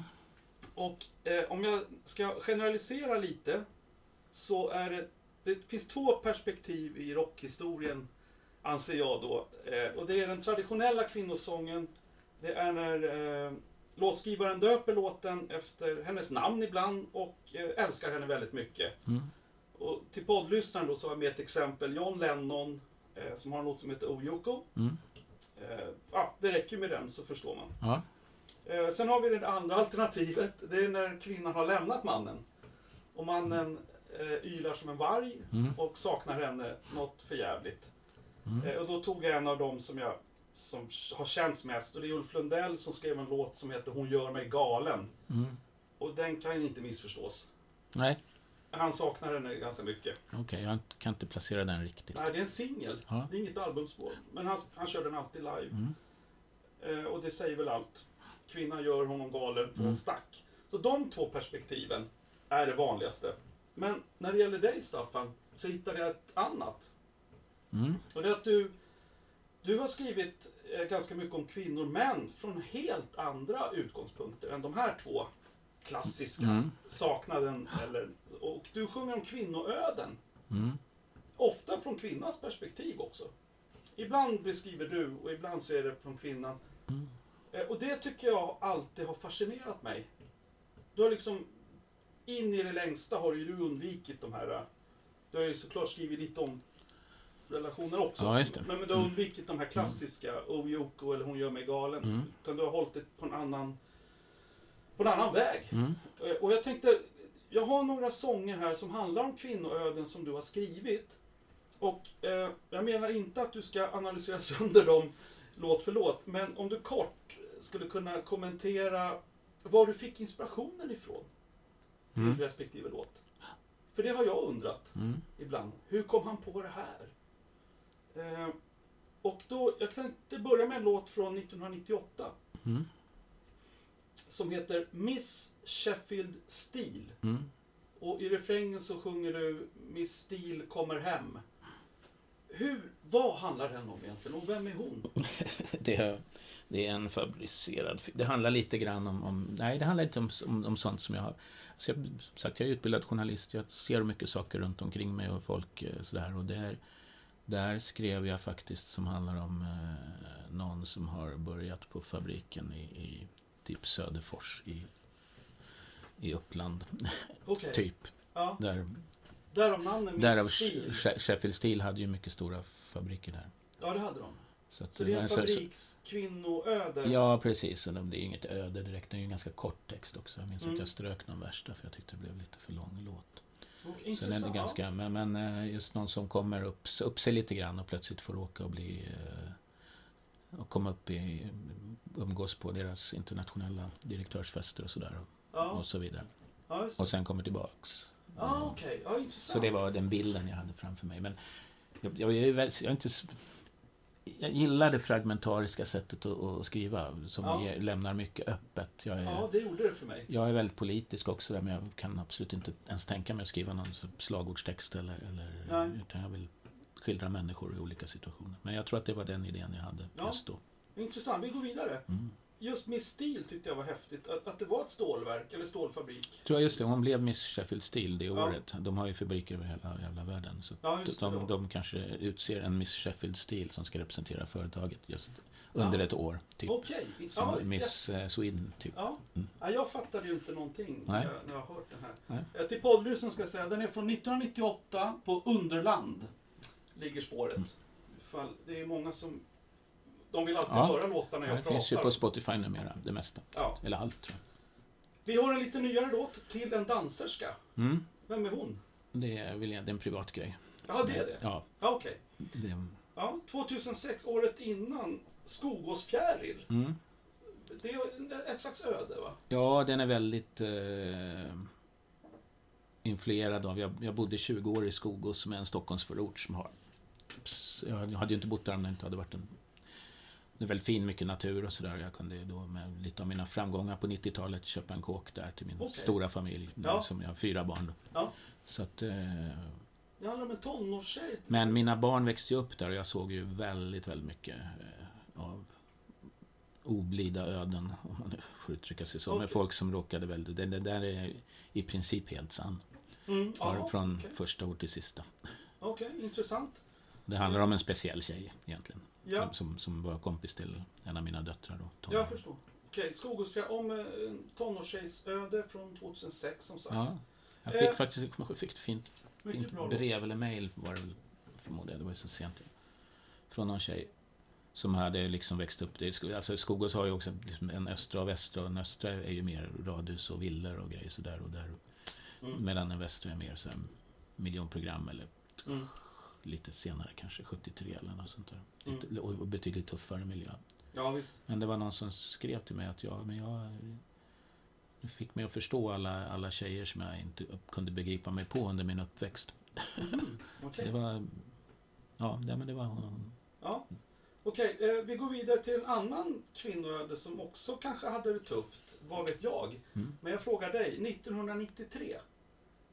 A: Och eh, om jag ska generalisera lite så är det, det finns två perspektiv i rockhistorien anser jag då. Eh, och det är den traditionella kvinnosången. Det är när eh, låtskrivaren döper låten efter hennes namn ibland och eh, älskar henne väldigt mycket.
B: mm,
A: Och till poddlyssnaren då så har jag med ett exempel. John Lennon eh, som har en låt som heter Oh Yoko.
B: mm.
A: Eh, ja, det räcker med den så förstår man.
B: Ja,
A: Eh, Sen har vi det andra alternativet. Det är när kvinnan har lämnat mannen. Och mannen eh, ylar som en varg
B: mm,
A: och saknar henne något förjävligt.
B: mm,
A: Eh, och då tog jag en av dem som jag som har känts mest. Och det är Ulf Lundell som skrev en låt som heter Hon gör mig galen.
B: mm.
A: Och den kan ju inte missförstås.
B: Nej,
A: Han saknar henne ganska mycket.
B: okej, jag kan inte placera den riktigt.
A: Nej, det är en singel.
B: Ja.
A: Det är inget albumspår. Men han, han kör den alltid live.
B: Mm,
A: Eh, och det säger väl allt. Kvinnan gör honom galen för hon
B: Mm.
A: stack. Så de två perspektiven är det vanligaste. Men när det gäller dig Staffan, så hittade jag ett annat.
B: mm,
A: Och det är att du, du har skrivit eh, ganska mycket om kvinnor, men från helt andra utgångspunkter än de här två klassiska.
B: mm,
A: Saknaden eller... Och du sjunger om kvinnoöden.
B: mm,
A: Ofta från kvinnans perspektiv också. Ibland beskriver du och ibland så är det från kvinnan.
B: mm.
A: Eh, Och det tycker jag alltid har fascinerat mig. Du har liksom, in i det längsta har ju du undvikit de här, eh, du har ju såklart skrivit lite om relationer också.
B: Ja, just det.
A: Men, men du har
B: Mm.
A: undvikit de här klassiska, oh Yoko eller hon gör mig galen.
B: Mm.
A: Utan du har hållit det på en annan, på en annan väg.
B: mm.
A: Eh, Och jag tänkte, jag har några sånger här som handlar om kvinnoöden som du har skrivit. Och eh, jag menar inte att du ska analysera sönder dem låt för låt, men om du kort skulle kunna kommentera var du fick inspirationen ifrån till
B: Mm.
A: respektive låt. För det har jag undrat
B: mm.
A: ibland. Hur kom han på det här? Eh, och då, jag tänkte börja med en låt från 1998
B: Mm.
A: som heter Miss Sheffield Steel.
B: Mm.
A: Och i refrängen så sjunger du Miss Steel kommer hem. Hur, vad handlar den om egentligen? Och vem är hon?
B: Det är, det är en fabricerad... Det handlar lite grann om... om nej, det handlar inte om, om, om sånt som jag har... Så jag, som sagt, jag är utbildad journalist. Jag ser mycket saker runt omkring mig och folk eh, sådär. Och det är, Där skrev jag faktiskt som handlar om eh, någon som har börjat på fabriken i, i typ Söderfors i, i Uppland.
A: Okej.
B: Typ.
A: Eh, Ja.
B: Där,
A: Därav namnet
B: därav
A: Miss Steel.
B: She- Sheffield Steel hade ju mycket stora fabriker där.
A: Ja, det hade de.
B: Så, att,
A: Så det är en
B: men så- så-
A: fabrikskvinnoöde.
B: Ja, precis. Och det är inget öde direkt. Det är ju en ganska kort text också. Jag minns
A: Mm.
B: att jag strök någon värsta för jag tyckte det blev lite för lång låt.
A: Och
B: Så den är
A: intressant.
B: ganska, men, men eh, just någon som kommer upp, upp sig lite grann och plötsligt får åka och bli eh, och komma upp i, umgås på deras internationella direktörsfester och sådär.
A: Ja,
B: Och så vidare.
A: ja just det.
B: Och sen kommer tillbaks.
A: Ja, okej. Ja, intressant.
B: Så det var den bilden jag hade framför mig. Men jag, jag, jag, är väl- jag, är inte, s- jag gillar det fragmentariska sättet att, att skriva som
A: Ja.
B: ger- lämnar mycket öppet. Jag är,
A: Ja, det gjorde det för mig.
B: jag är väldigt politisk också där, men jag kan absolut inte ens tänka mig att skriva någon så- slagordstext eller, eller
A: Nej.
B: utan jag vill skildra människor i olika situationer. Men jag tror att det var den idén jag hade
A: Ja.
B: just då.
A: Intressant. Vi går vidare.
B: Mm.
A: Just Miss Steel tyckte jag var häftigt. Att, att det var ett stålverk, eller stålfabrik.
B: Jag tror just det, hon blev Miss Sheffield Steel det
A: Ja.
B: året. De har ju fabriker över hela jävla världen. Så
A: Ja, just det.
B: de,
A: då.
B: de kanske utser en Miss Sheffield Steel som ska representera företaget just under
A: Ja.
B: ett år. Typ.
A: Okej.
B: Som
A: Ja,
B: Miss eh, Sweden, typ.
A: Ja.
B: Mm.
A: ja, jag fattade ju inte någonting
B: Nej.
A: när jag, när jag hört den här.
B: Nej.
A: Eh, Till poddlysen ska jag säga, den är från 1998 på Underland. Ligger spåret.
B: Mm.
A: Ifall, det är många som... De vill alltid
B: Ja.
A: höra låtarna jag
B: Det
A: pratar.
B: finns ju på Spotify numera, det mesta.
A: Ja.
B: Eller allt, tror
A: Vi har en lite nyare låt till en danserska.
B: jag. Mm.
A: Vem är hon?
B: Det, vill jag, det är en privat grej.
A: Ja, det är det.
B: Ja,
A: Ja, okej.
B: det är...
A: Ja, 2006, året innan, Skogåsfjäril.
B: Mm.
A: Det är en- ett slags öde, va?
B: Ja, den är väldigt eh, influerad av... Jag, jag bodde 20 år i Skogås som är en Stockholmsförort som har... Ps- Jag hade ju inte bott där om det inte hade varit en... Det är väldigt fin, mycket natur och sådär. Jag kunde ju då med lite av mina framgångar på 90-talet köpa en kåk där till min
A: Okej.
B: stora familj.
A: Ja.
B: Som jag har fyra barn då.
A: Ja.
B: Så att, eh,
A: Det handlar om en tonårstjej.
B: Men mina barn växte ju upp där och jag såg ju väldigt, väldigt mycket eh, av oblida öden, om man nu får uttrycka sig så,
A: Okej.
B: med folk som råkade väldigt... Det, det där är i princip helt sann.
A: Mm,
B: Bara
A: ja,
B: från
A: okej.
B: första ord till sista.
A: Okej, intressant.
B: Det handlar om en speciell tjej egentligen,
A: Ja,
B: som, som, som var kompis till en av mina döttrar. Då, tonåring.
A: jag förstår. Okej, Skogåsfjäril, om eh, en tonårstjejs öde från 2006, som sagt.
B: ja, jag fick
A: Eh.
B: faktiskt jag fick ett fint,
A: Mycket
B: fint
A: bra låt.
B: brev eller mejl, var det väl, förmodar jag, det var ju så sent. Från någon tjej som hade liksom växt upp. Det är, sko- alltså Skogås har ju också liksom en östra och västra. Och den östra är ju mer radhus och villor och grejer sådär. Och där.
A: Mm.
B: Medan den västra är mer så här miljonprogram eller
A: Mm.
B: lite senare kanske, 73 eller något sånt där.
A: Mm.
B: Lite, och och betydligt tuffare miljö.
A: Ja, visst.
B: Men det var någon som skrev till mig att jag, men jag du fick mig att förstå alla, alla tjejer som jag inte upp, kunde begripa mig på under min uppväxt. Så
A: Mm, Okej,
B: det var, ja, nej, men det var hon.
A: ja. Okej, eh, vi går vidare till en annan kvinnoöde som också kanske hade det tufft, vad vet jag.
B: Mm.
A: Men jag frågar dig, 1993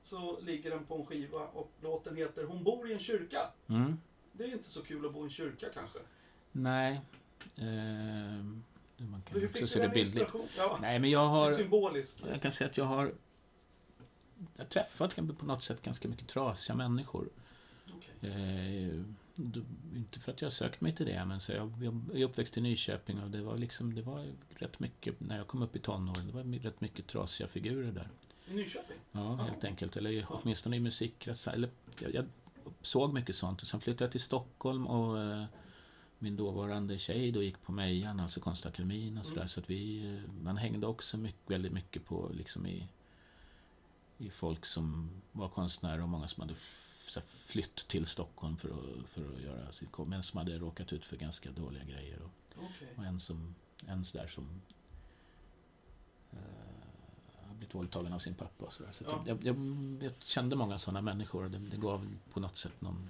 A: så ligger den på en skiva och låten heter Hon bor i en kyrka.
B: Mm.
A: Det är inte så kul att bo i en kyrka kanske.
B: Nej. Ehm, man kan
A: Hur
B: också
A: fick
B: se
A: du
B: det
A: den
B: bildligt.
A: inspirationen? Ja,
B: Nej, men jag
A: det är
B: har,
A: symbolisk.
B: jag kan säga att jag har jag har träffat på något sätt ganska mycket trasiga människor.
A: Okej.
B: Eh, då- inte för att jag sökt mig till det, men så jag, jag är uppväxt i Nyköping och det var liksom, det var rätt mycket, när jag kom upp i tonåren, det var my- rätt mycket trasiga figurer där.
A: I Nyköping?
B: Ja,
A: Ja.
B: helt enkelt. Eller i- åtminstone i musikkretsar. Eller, jag, jag såg mycket sånt. Och sen flyttade jag till Stockholm och eh, min dåvarande tjej då gick på Mejan, alltså konstakademin och sådär.
A: Mm.
B: Så att vi, eh, man hängde också mycket, väldigt mycket på liksom i, i folk som var konstnärer och många som hade f- så här flytt till Stockholm för att, för att göra sitt konst. Men som hade råkat ut för ganska dåliga grejer. Och,
A: Okej.
B: och en som, en sådär som eh, har blivit våldtagen av sin pappa och sådär. Så att
A: Ja.
B: jag, jag, jag kände många sådana människor och det, det gav på något sätt någon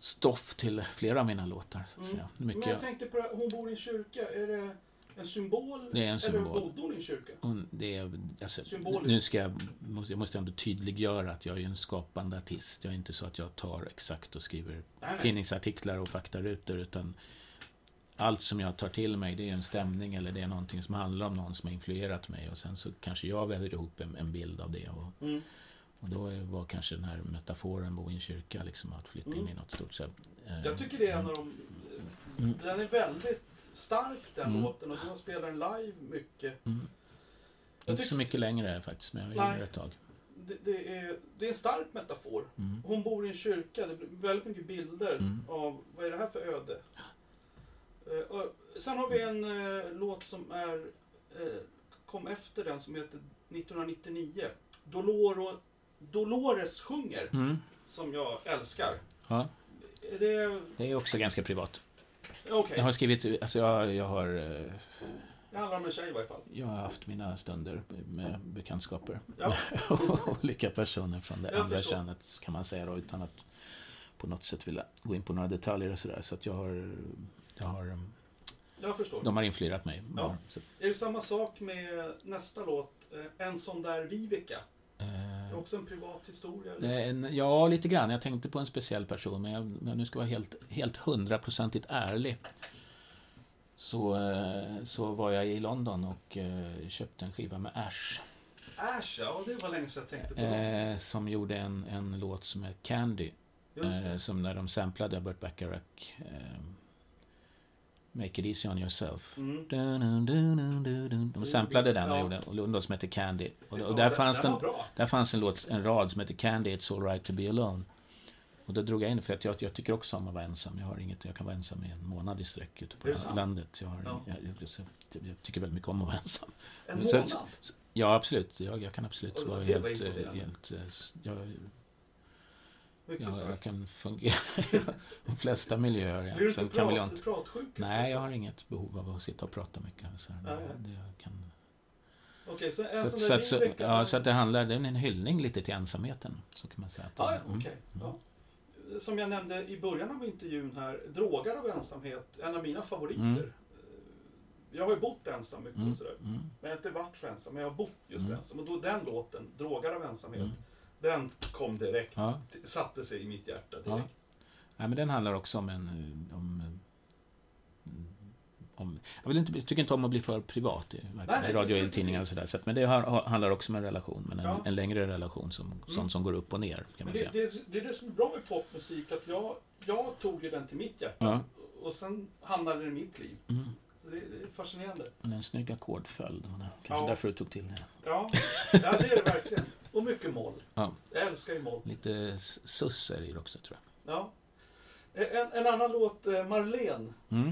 B: stoff till flera av mina låtar. Så att
A: Mm.
B: säga.
A: Men jag
B: Mycket,
A: tänkte på det här, hon bor i en kyrka. Är det en symbol?
B: det är en
A: Eller
B: symbol.
A: bodde hon i en kyrka?
B: Och det är, alltså,
A: Symboliskt.
B: nu ska jag, måste, jag måste ändå tydliggöra att jag är ju en skapande artist. Jag är inte så att jag tar exakt och skriver
A: Nej, nej.
B: tidningsartiklar och faktarutor utan allt som jag tar till mig det är en stämning eller det är någonting som handlar om någon som har influerat mig och sen så kanske jag väver ihop en, en bild av det och,
A: Mm.
B: Och då är- var kanske den här metaforen bo i en kyrka, liksom att flytta in
A: Mm.
B: i något stort. Så, eh,
A: Jag tycker det är en av de...
B: Mm.
A: Den är väldigt stark den
B: Mm.
A: låten och de spelar den live mycket.
B: Mm.
A: Jag
B: Inte
A: tyck-
B: så mycket längre faktiskt, men jag
A: Nej.
B: gjorde det ett tag.
A: Det, det, är, det är en stark metafor.
B: Mm.
A: Hon bor i en kyrka, det blir väldigt mycket bilder
B: Mm.
A: av vad är det här för öde. Eh, och sen har vi en eh, låt som är, eh, kom efter den som heter 1999. Doloro, Dolores sjunger,
B: Mm.
A: som jag älskar.
B: Ja,
A: Är Det,
B: det är också ganska privat.
A: okej,
B: Jag har skrivit, alltså jag, jag har eh,
A: det handlar om en tjej i varje fall.
B: Jag har haft mina stunder med bekantskaper.
A: Ja.
B: och Olika personer från det
A: Jag
B: andra
A: förstår.
B: könet kan man säga då, utan att på något sätt vilja gå in på några detaljer och sådär. Så att jag har, jag har... um,
A: Jag förstår.
B: De har influerat mig.
A: Ja.
B: Så,
A: Är det samma sak med nästa låt, eh, En sån där Viveka? Det är
B: eh,
A: också en privat historia. eller?
B: en- ja, lite grann. Jag tänkte på en speciell person, men jag, om jag nu ska vara helt, helt hundraprocentigt ärlig. Så, eh, så var jag i London och eh, köpte en skiva med Ash.
A: Äsch, ja det var länge sedan jag tänkte på det.
B: Eh, som gjorde en, en låt som är Candy.
A: Just
B: Eh,
A: det.
B: som när de samplade Burt Bacharach. Eh, Make it easy on yourself.
A: Mm.
B: Dun, dun, dun, dun, dun. De samplade den och
A: Ja.
B: gjorde och Lundon som hette Candy. Och,
A: Ja,
B: och där,
A: den-
B: fanns
A: den
B: den,
A: var bra.
B: där fanns en, låt, en rad som hette Candy, It's alright to be alone. Och då drog jag in det för att jag, jag tycker också om att vara ensam. Jag, har inget, jag kan vara ensam i en månad i sträck ute på
A: Är det sant?
B: landet. Jag, har,
A: Ja.
B: jag, jag, jag, jag tycker väldigt mycket om att vara ensam.
A: En
B: Så-
A: månad?
B: så- Ja, absolut. Jag, jag kan absolut
A: Och det
B: vara
A: var
B: helt... eh,
A: imponerande.
B: helt eh, s- jag,
A: Mycket
B: jag, jag
A: starkt.
B: kan fungera i de flesta miljöer.
A: Blir du
B: Ja.
A: inte
B: Sen kan väl jag
A: prat,
B: inte...
A: pratsjuk?
B: Nej, jag har inget behov av att sitta och prata mycket. Så här.
A: Nej.
B: Det, det jag kan...
A: Okej, så
B: så,
A: en
B: att-
A: sån
B: så,
A: där
B: att- så,
A: Viveka-
B: ja, så att det handlar... Det är en hyllning lite till ensamheten. Så kan man säga. Att Mm. det
A: Ja,
B: är.
A: ja, okej. Ja. Som jag nämnde i början av intervjun här, drogar av ensamhet, en av mina favoriter.
B: Mm.
A: Eh, Jag har ju bott ensam mycket
B: Mm,
A: och sådär.
B: mm,
A: Men jag har inte varit så ensam, men jag har bott just
B: Mm.
A: ensam. Och då den låten, Drogar av ensamhet,
B: mm.
A: den kom direkt.
B: Ja,
A: Satte sig i mitt hjärta direkt.
B: ja. Nej, men den handlar också om en... eh, Om, eh, om, jag, vill inte, jag tycker inte om att bli för privat i
A: nej, det
B: radio
A: ska
B: eller
A: inte
B: tidningar
A: bli.
B: och sådär. Så att, men det har, har, handlar också om en relation. Men en,
A: Ja. Mm.
B: en längre relation som, som, som går upp och ner. Kan
A: Men
B: man
A: det,
B: säga.
A: det, är- det är det som är bra med popmusik, att jag, jag tog ju den till mitt hjärta.
B: Ja.
A: Och sen hamnade den i mitt liv.
B: Mm.
A: Så det, det är fascinerande.
B: Men en snygg ackordföljd. var det. Kanske
A: Ja.
B: därför du tog till det.
A: Ja, ja det är det verkligen. Och mycket moll.
B: Ja.
A: Jag älskar ju moll.
B: Lite s- suss är det ju också tror
A: Ja. En, en annan låt, eh, Marlene.
B: jag. Mm.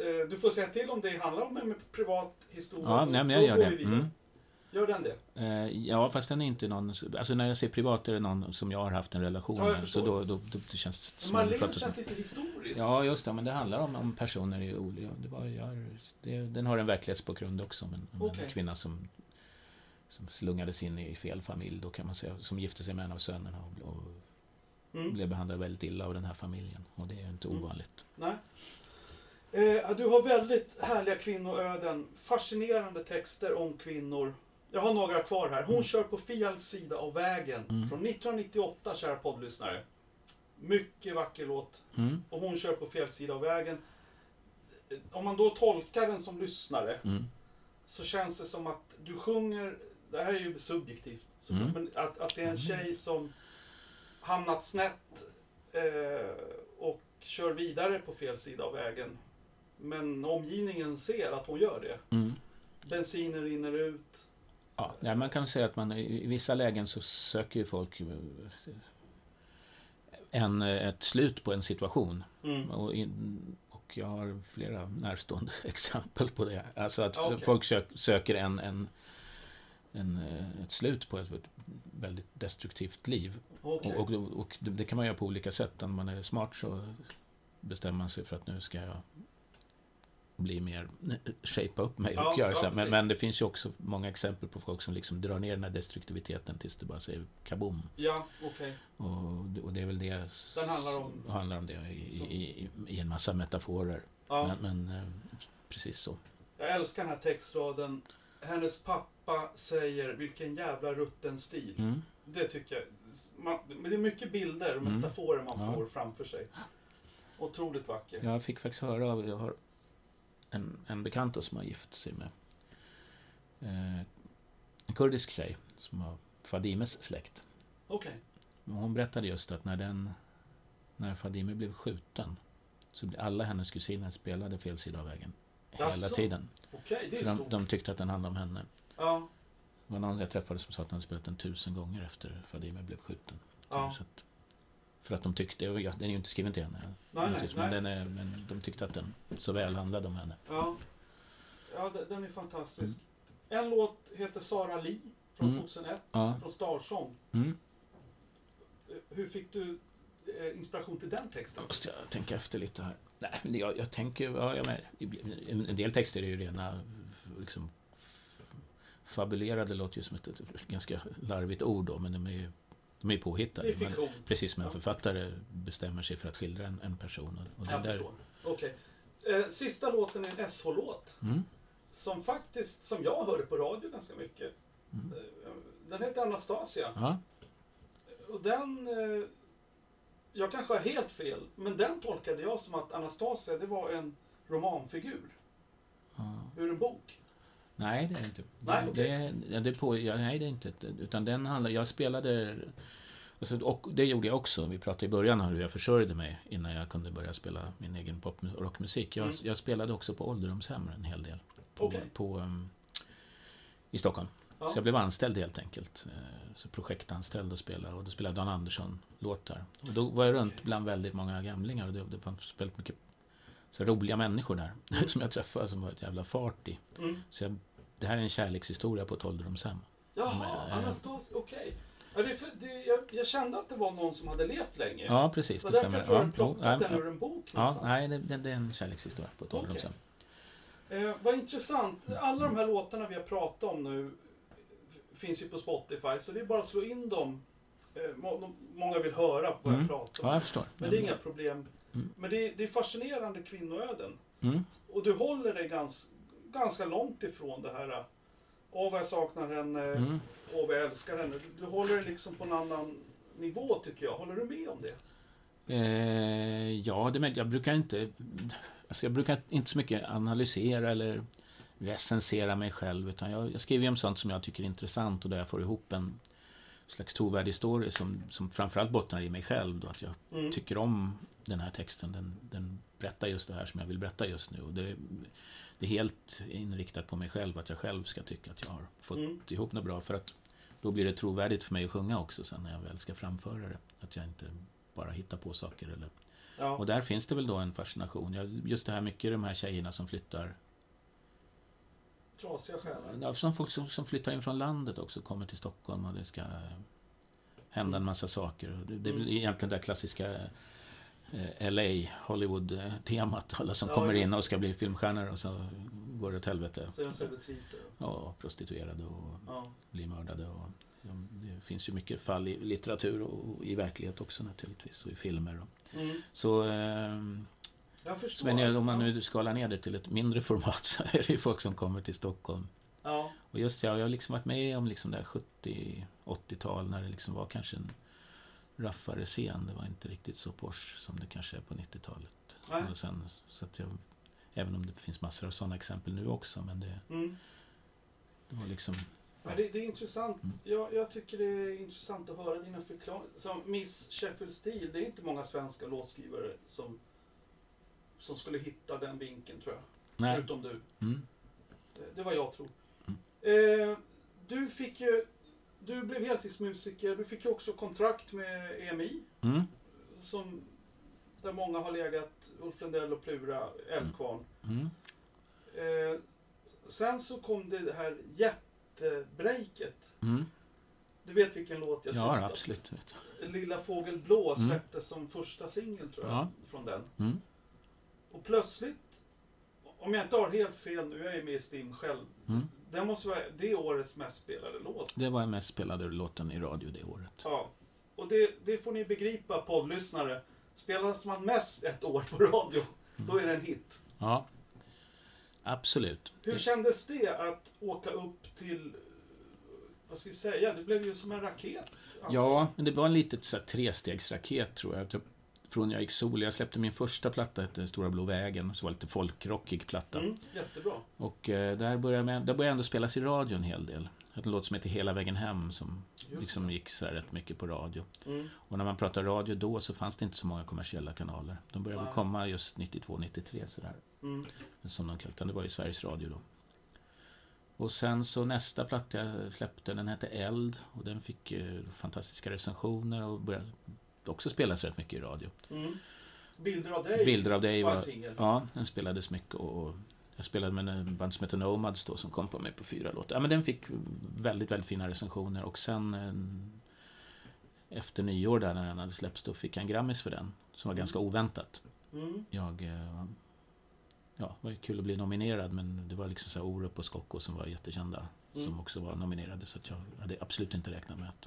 A: Eh, Du får säga till om det handlar om en privat historia.
B: Ja,
A: Då-
B: nej, men
A: då
B: jag gör
A: går
B: det.
A: vi vidare.
B: Mm.
A: Gör den det?
B: Eh, Ja, fast den är inte någon... Alltså när jag säger privat är det någon som jag har haft en relation
A: Ja, jag
B: med. Så
A: förstår.
B: då, då, då det känns det
A: Men
B: som att
A: Marlene
B: prata som...
A: känns lite historisk.
B: Ja, just det. Men det handlar om, om personer i olika... Det var, jag, det, den har en verklighetsbakgrund också. Men, men
A: Okej.
B: en kvinna som, som slungades in i fel familj då kan man säga. Som gifte sig med en av sönerna och, och
A: Mm.
B: blev behandlad väldigt illa av den här familjen. Och det är ju inte
A: Mm.
B: ovanligt.
A: Nej. Eh, Du har väldigt härliga kvinnoöden. Fascinerande texter om kvinnor. Jag har några kvar här. Hon kör på Fials sida av vägen.
B: Mm.
A: Från 1998, kära poddlyssnare. Mycket vacker låt.
B: Mm.
A: och hon kör på fel sida av vägen. Eh, Om man då tolkar den som lyssnare
B: Mm.
A: så känns det som att du sjunger, det här är ju subjektivt, så,
B: Mm.
A: men att, att det är en
B: Mm.
A: tjej som hamnat snett eh, och kör vidare på fel sida av vägen. Men omgivningen ser att hon gör det.
B: Mm.
A: Bensinen rinner ut.
B: Ja, nej, man kan säga att man i i vissa lägen så söker ju folk eh, en, eh, ett slut på en situation.
A: Mm.
B: Och, in, och jag har flera närstående exempel på det. Alltså att
A: Ja, Ah, okej.
B: folk sök, söker en, en, en, eh, ett slut på ett, ett väldigt destruktivt liv.
A: Okej.
B: Och, och, och det det kan man göra på olika sätt. Om man är smart så bestämmer man sig för att nu ska jag bli mer, shapea upp mig och
A: Ja,
B: göra
A: ja,
B: så här. Men,
A: precis.
B: men det finns ju också många exempel på folk som liksom drar ner den här destruktiviteten tills det bara säger kaboom.
A: Ja, okej.
B: Och, det- och det är väl det s-
A: Den handlar om-
B: handlar om det i, i, i, i en massa metaforer.
A: Ja.
B: Men, men eh, precis så.
A: Jag älskar den här textraden. Hennes pappa säger vilken jävla rutten stil.
B: Mm.
A: Det tycker jag. Man, men det är mycket bilder och
B: Mm.
A: metaforer man
B: Ja.
A: får framför sig. Otroligt vacker.
B: Jag fick faktiskt höra av, jag har en, en bekant då som har gift sig med eh, en kurdisk tjej som har Fadimes släkt.
A: Okej.
B: Men Hon berättade just att när, den, när Fadime blev skjuten så blev alla hennes kusiner spelade fel sida av vägen. Hela
A: Jaså?
B: tiden.
A: Okej, det
B: För
A: är
B: de,
A: stort.
B: de tyckte att den handlade om henne.
A: Ja,
B: Det var någon jag träffade som sa att han hade spelat den tusen gånger efter Fadime blev skjuten.
A: ja.
B: Så att, för att de tyckte, och jag- den är ju inte skriven till henne.
A: Nej, nej,
B: naturligtvis, men,
A: nej.
B: den är, men de tyckte att den så väl handlade om henne.
A: Ja, ja de- den är fantastisk. En låt heter Sara Li från
B: Mm.
A: 2001,
B: Ja.
A: från Starsång.
B: Mm.
A: Eh, Hur fick du eh, inspiration till den texten?
B: Då måste jag tänka efter lite här. Nej, men jag, jag tänker ju- ja, jag med, en- en del texter är ju rena liksom, fabulerade, låter ju som ett, ett ganska larvigt ord då, men de är ju de är ju
A: Det är
B: påhittade. Men,
A: fiktion.
B: precis som en
A: Ja.
B: författare bestämmer sig för att skildra en, en person. Och, och det
A: Jag
B: där,
A: förstår. Okej. Eh, Sista låten är en SH-låt.
B: mm,
A: Som faktiskt, som jag hörde på radio ganska mycket.
B: Mm.
A: Eh, Den heter Anastasia.
B: ja,
A: Och den... eh, Jag kanske har helt fel, men den tolkade jag som att Anastasia, det var en romanfigur
B: ja.
A: ur en bok.
B: Nej, det är det inte.
A: Nej,
B: det,
A: okej.
B: det, ja, det på, ja, nej, det är inte. ett- Utan den handlar, jag spelade... Alltså, och det gjorde jag också. Vi pratade i början om hur jag försörjde mig innan jag kunde börja spela min egen pop och rockmusik. Jag,
A: Mm.
B: jag spelade också på ålderdomshem en hel del. På,
A: Okej.
B: på, ehm, I Stockholm.
A: Ja.
B: Så jag blev anställd helt enkelt. Eh, Så projektanställd och spelade. Och då spelade Dan Andersson-låtar. Och då var jag runt
A: Okej.
B: bland väldigt många gamlingar. Och det, det fanns väldigt mycket så roliga människor där. Som jag träffade som var ett jävla fart i.
A: Mm.
B: Så jag, det här är en kärlekshistoria på ett ålderdomshem.
A: Jaha,
B: Men, eh,
A: Anastasia, okej. Ja, det är för- det- jag, jag kände att det var någon som hade levt länge.
B: Ja, precis.
A: det var
B: Det
A: därför
B: stämmer.
A: jag tror jag
B: jo, nej,
A: plockade den ur en bok
B: ja,
A: någonstans.
B: nej det, det, det är en kärlekshistoria på ett
A: Okej.
B: ålderdomshem.
A: Eh, vad intressant. Alla de här låtarna vi har pratat om nu eh, finns ju på Spotify, så det är bara att slå in dem. Eh, må, de, många vill höra vad
B: Mm.
A: jag pratar om.
B: Ja, jag förstår.
A: Men det är inga problem.
B: Mm.
A: Men det är, det är fascinerande kvinnoöden.
B: Mm.
A: Och du håller dig gans, ganska långt ifrån det här. eh, Åh, vad jag saknar henne.
B: Mm.
A: Åh, vad jag älskar henne. Du, du håller dig liksom på en annan nivå, tycker jag. Håller du med om det?
B: Eh, ja, det är möjligt. jag brukar inte... Alltså jag brukar inte så mycket analysera eller recensera mig själv. Utan jag, jag skriver ju om sånt som jag tycker är intressant och där jag får ihop en slags trovärdig story som, som framförallt bottnar i mig själv. Då, att jag
A: Mm.
B: tycker om den här texten. Den, den berättar just det här som jag vill berätta just nu. Och det, det är helt inriktat på mig själv, att jag själv ska tycka att jag har fått
A: Mm.
B: ihop något bra. För att då blir det trovärdigt för mig att sjunga också sen när jag väl ska framföra det. Att jag inte bara hittar på saker. Eller...
A: Ja.
B: Och där finns det väl då en fascination. Jag- Just det här mycket de här tjejerna som flyttar
A: Trasiga själar.
B: Ja, som folk som, som flyttar in från landet också kommer till Stockholm och det ska eh, hända en massa saker. Och Det, det är väl
A: Mm.
B: egentligen det där klassiska eh, LA, Hollywood-temat. Alla som
A: Ja,
B: kommer in
A: just.
B: och ska bli filmstjärnor och så går det åt helvete.
A: Så jag servitriser.
B: Ja, prostituerade och
A: Ja.
B: blir mördade. Och, ja, det finns ju mycket fall i litteratur och i verklighet också naturligtvis och i filmer. Och.
A: Mm.
B: Så, eh,
A: Jag
B: så
A: förstår.
B: men jag- om man
A: Ja.
B: nu skalar ner det till ett mindre format så är det ju folk som kommer till Stockholm
A: Ja.
B: och just det, jag har liksom varit med om liksom det här 70-80-tal när det liksom var kanske en raffare scen. Det var inte riktigt så Porsche som det kanske är på 90-talet.
A: Nej.
B: Och sen, så att jag, även om det finns massor av sådana exempel nu också, men det,
A: Mm.
B: det var liksom...
A: Ja, det, det är intressant.
B: Mm.
A: Jag, jag tycker det är intressant att höra dina förklaringar. Som Miss Sheffield Steel, det är inte många svenska låtskrivare som, som skulle hitta den vinkeln tror jag.
B: Nej.
A: Förutom du.
B: Mm.
A: Det, det var jag tror.
B: Mm.
A: Eh, du fick ju, du blev heltidsmusiker, du fick ju också kontrakt med EMI.
B: Mm.
A: Som, där många har legat, Ulf Lundell och Plura, Eldkvarn.
B: Mm.
A: Eh, sen så kom det här jättebreaket.
B: Mm.
A: Du vet vilken låt jag
B: Ja,
A: syftar på?
B: absolut. Vet
A: Lilla Fågel Blå
B: Mm.
A: släpptes som första singel tror jag,
B: Ja.
A: från den.
B: jag. Mm.
A: Och plötsligt, om jag inte har helt fel nu, jag är med i Stim själv.
B: Mm.
A: Den måste vara det är årets mest spelade låt.
B: Det var den mest spelade låten i radio det året.
A: Ja. Och det, det får ni begripa poddlyssnare. Spelas man mest ett år på radio, då är det en hit.
B: Ja. Absolut.
A: Hur kändes det att åka upp till, eh, vad ska vi säga, det blev ju som en raket.
B: Ja, men det var en litet så här, trestegsraket tror jag. Att jag Från jag gick solo. Jag släppte min första platta, hette Stora Blå Vägen, som var lite folkrockig platta.
A: Mm, jättebra.
B: Och eh, där började jag, med, där började jag ändå spelas i radio en hel del. Jag hade en låt som heter Hela vägen hem som
A: Just
B: liksom gick så här rätt mycket på radio.
A: det. Mm.
B: Och när man pratar radio då så fanns det inte så många kommersiella kanaler. De började
A: Nej.
B: väl komma just 92, 93 sådär.
A: Mm.
B: Som de kallade det. Det var ju Sveriges Radio då. Och sen så nästa platta jag släppte, den hette Eld. Och den fick eh, fantastiska recensioner och började också spelas rätt mycket i radio.
A: Mm. Bilder av dig
B: Bilder av dig
A: var
B: var...
A: en singel.
B: Ja, den spelades mycket och... och jag spelade med en eh, band som heter Nomads då som kom på mig på fyra låtar. Ja, men den fick väldigt, väldigt fina recensioner och sen eh, efter nyår där när den hade släppts då fick jag en Grammis för den. Som var ganska oväntat.
A: Mm.
B: Jag... eh, Ja, det var ju kul att bli nominerad men det var liksom så här Orup och Skocko som var jättekända.
A: Mm.
B: Som också var nominerade så att jag hade absolut inte räknat med att...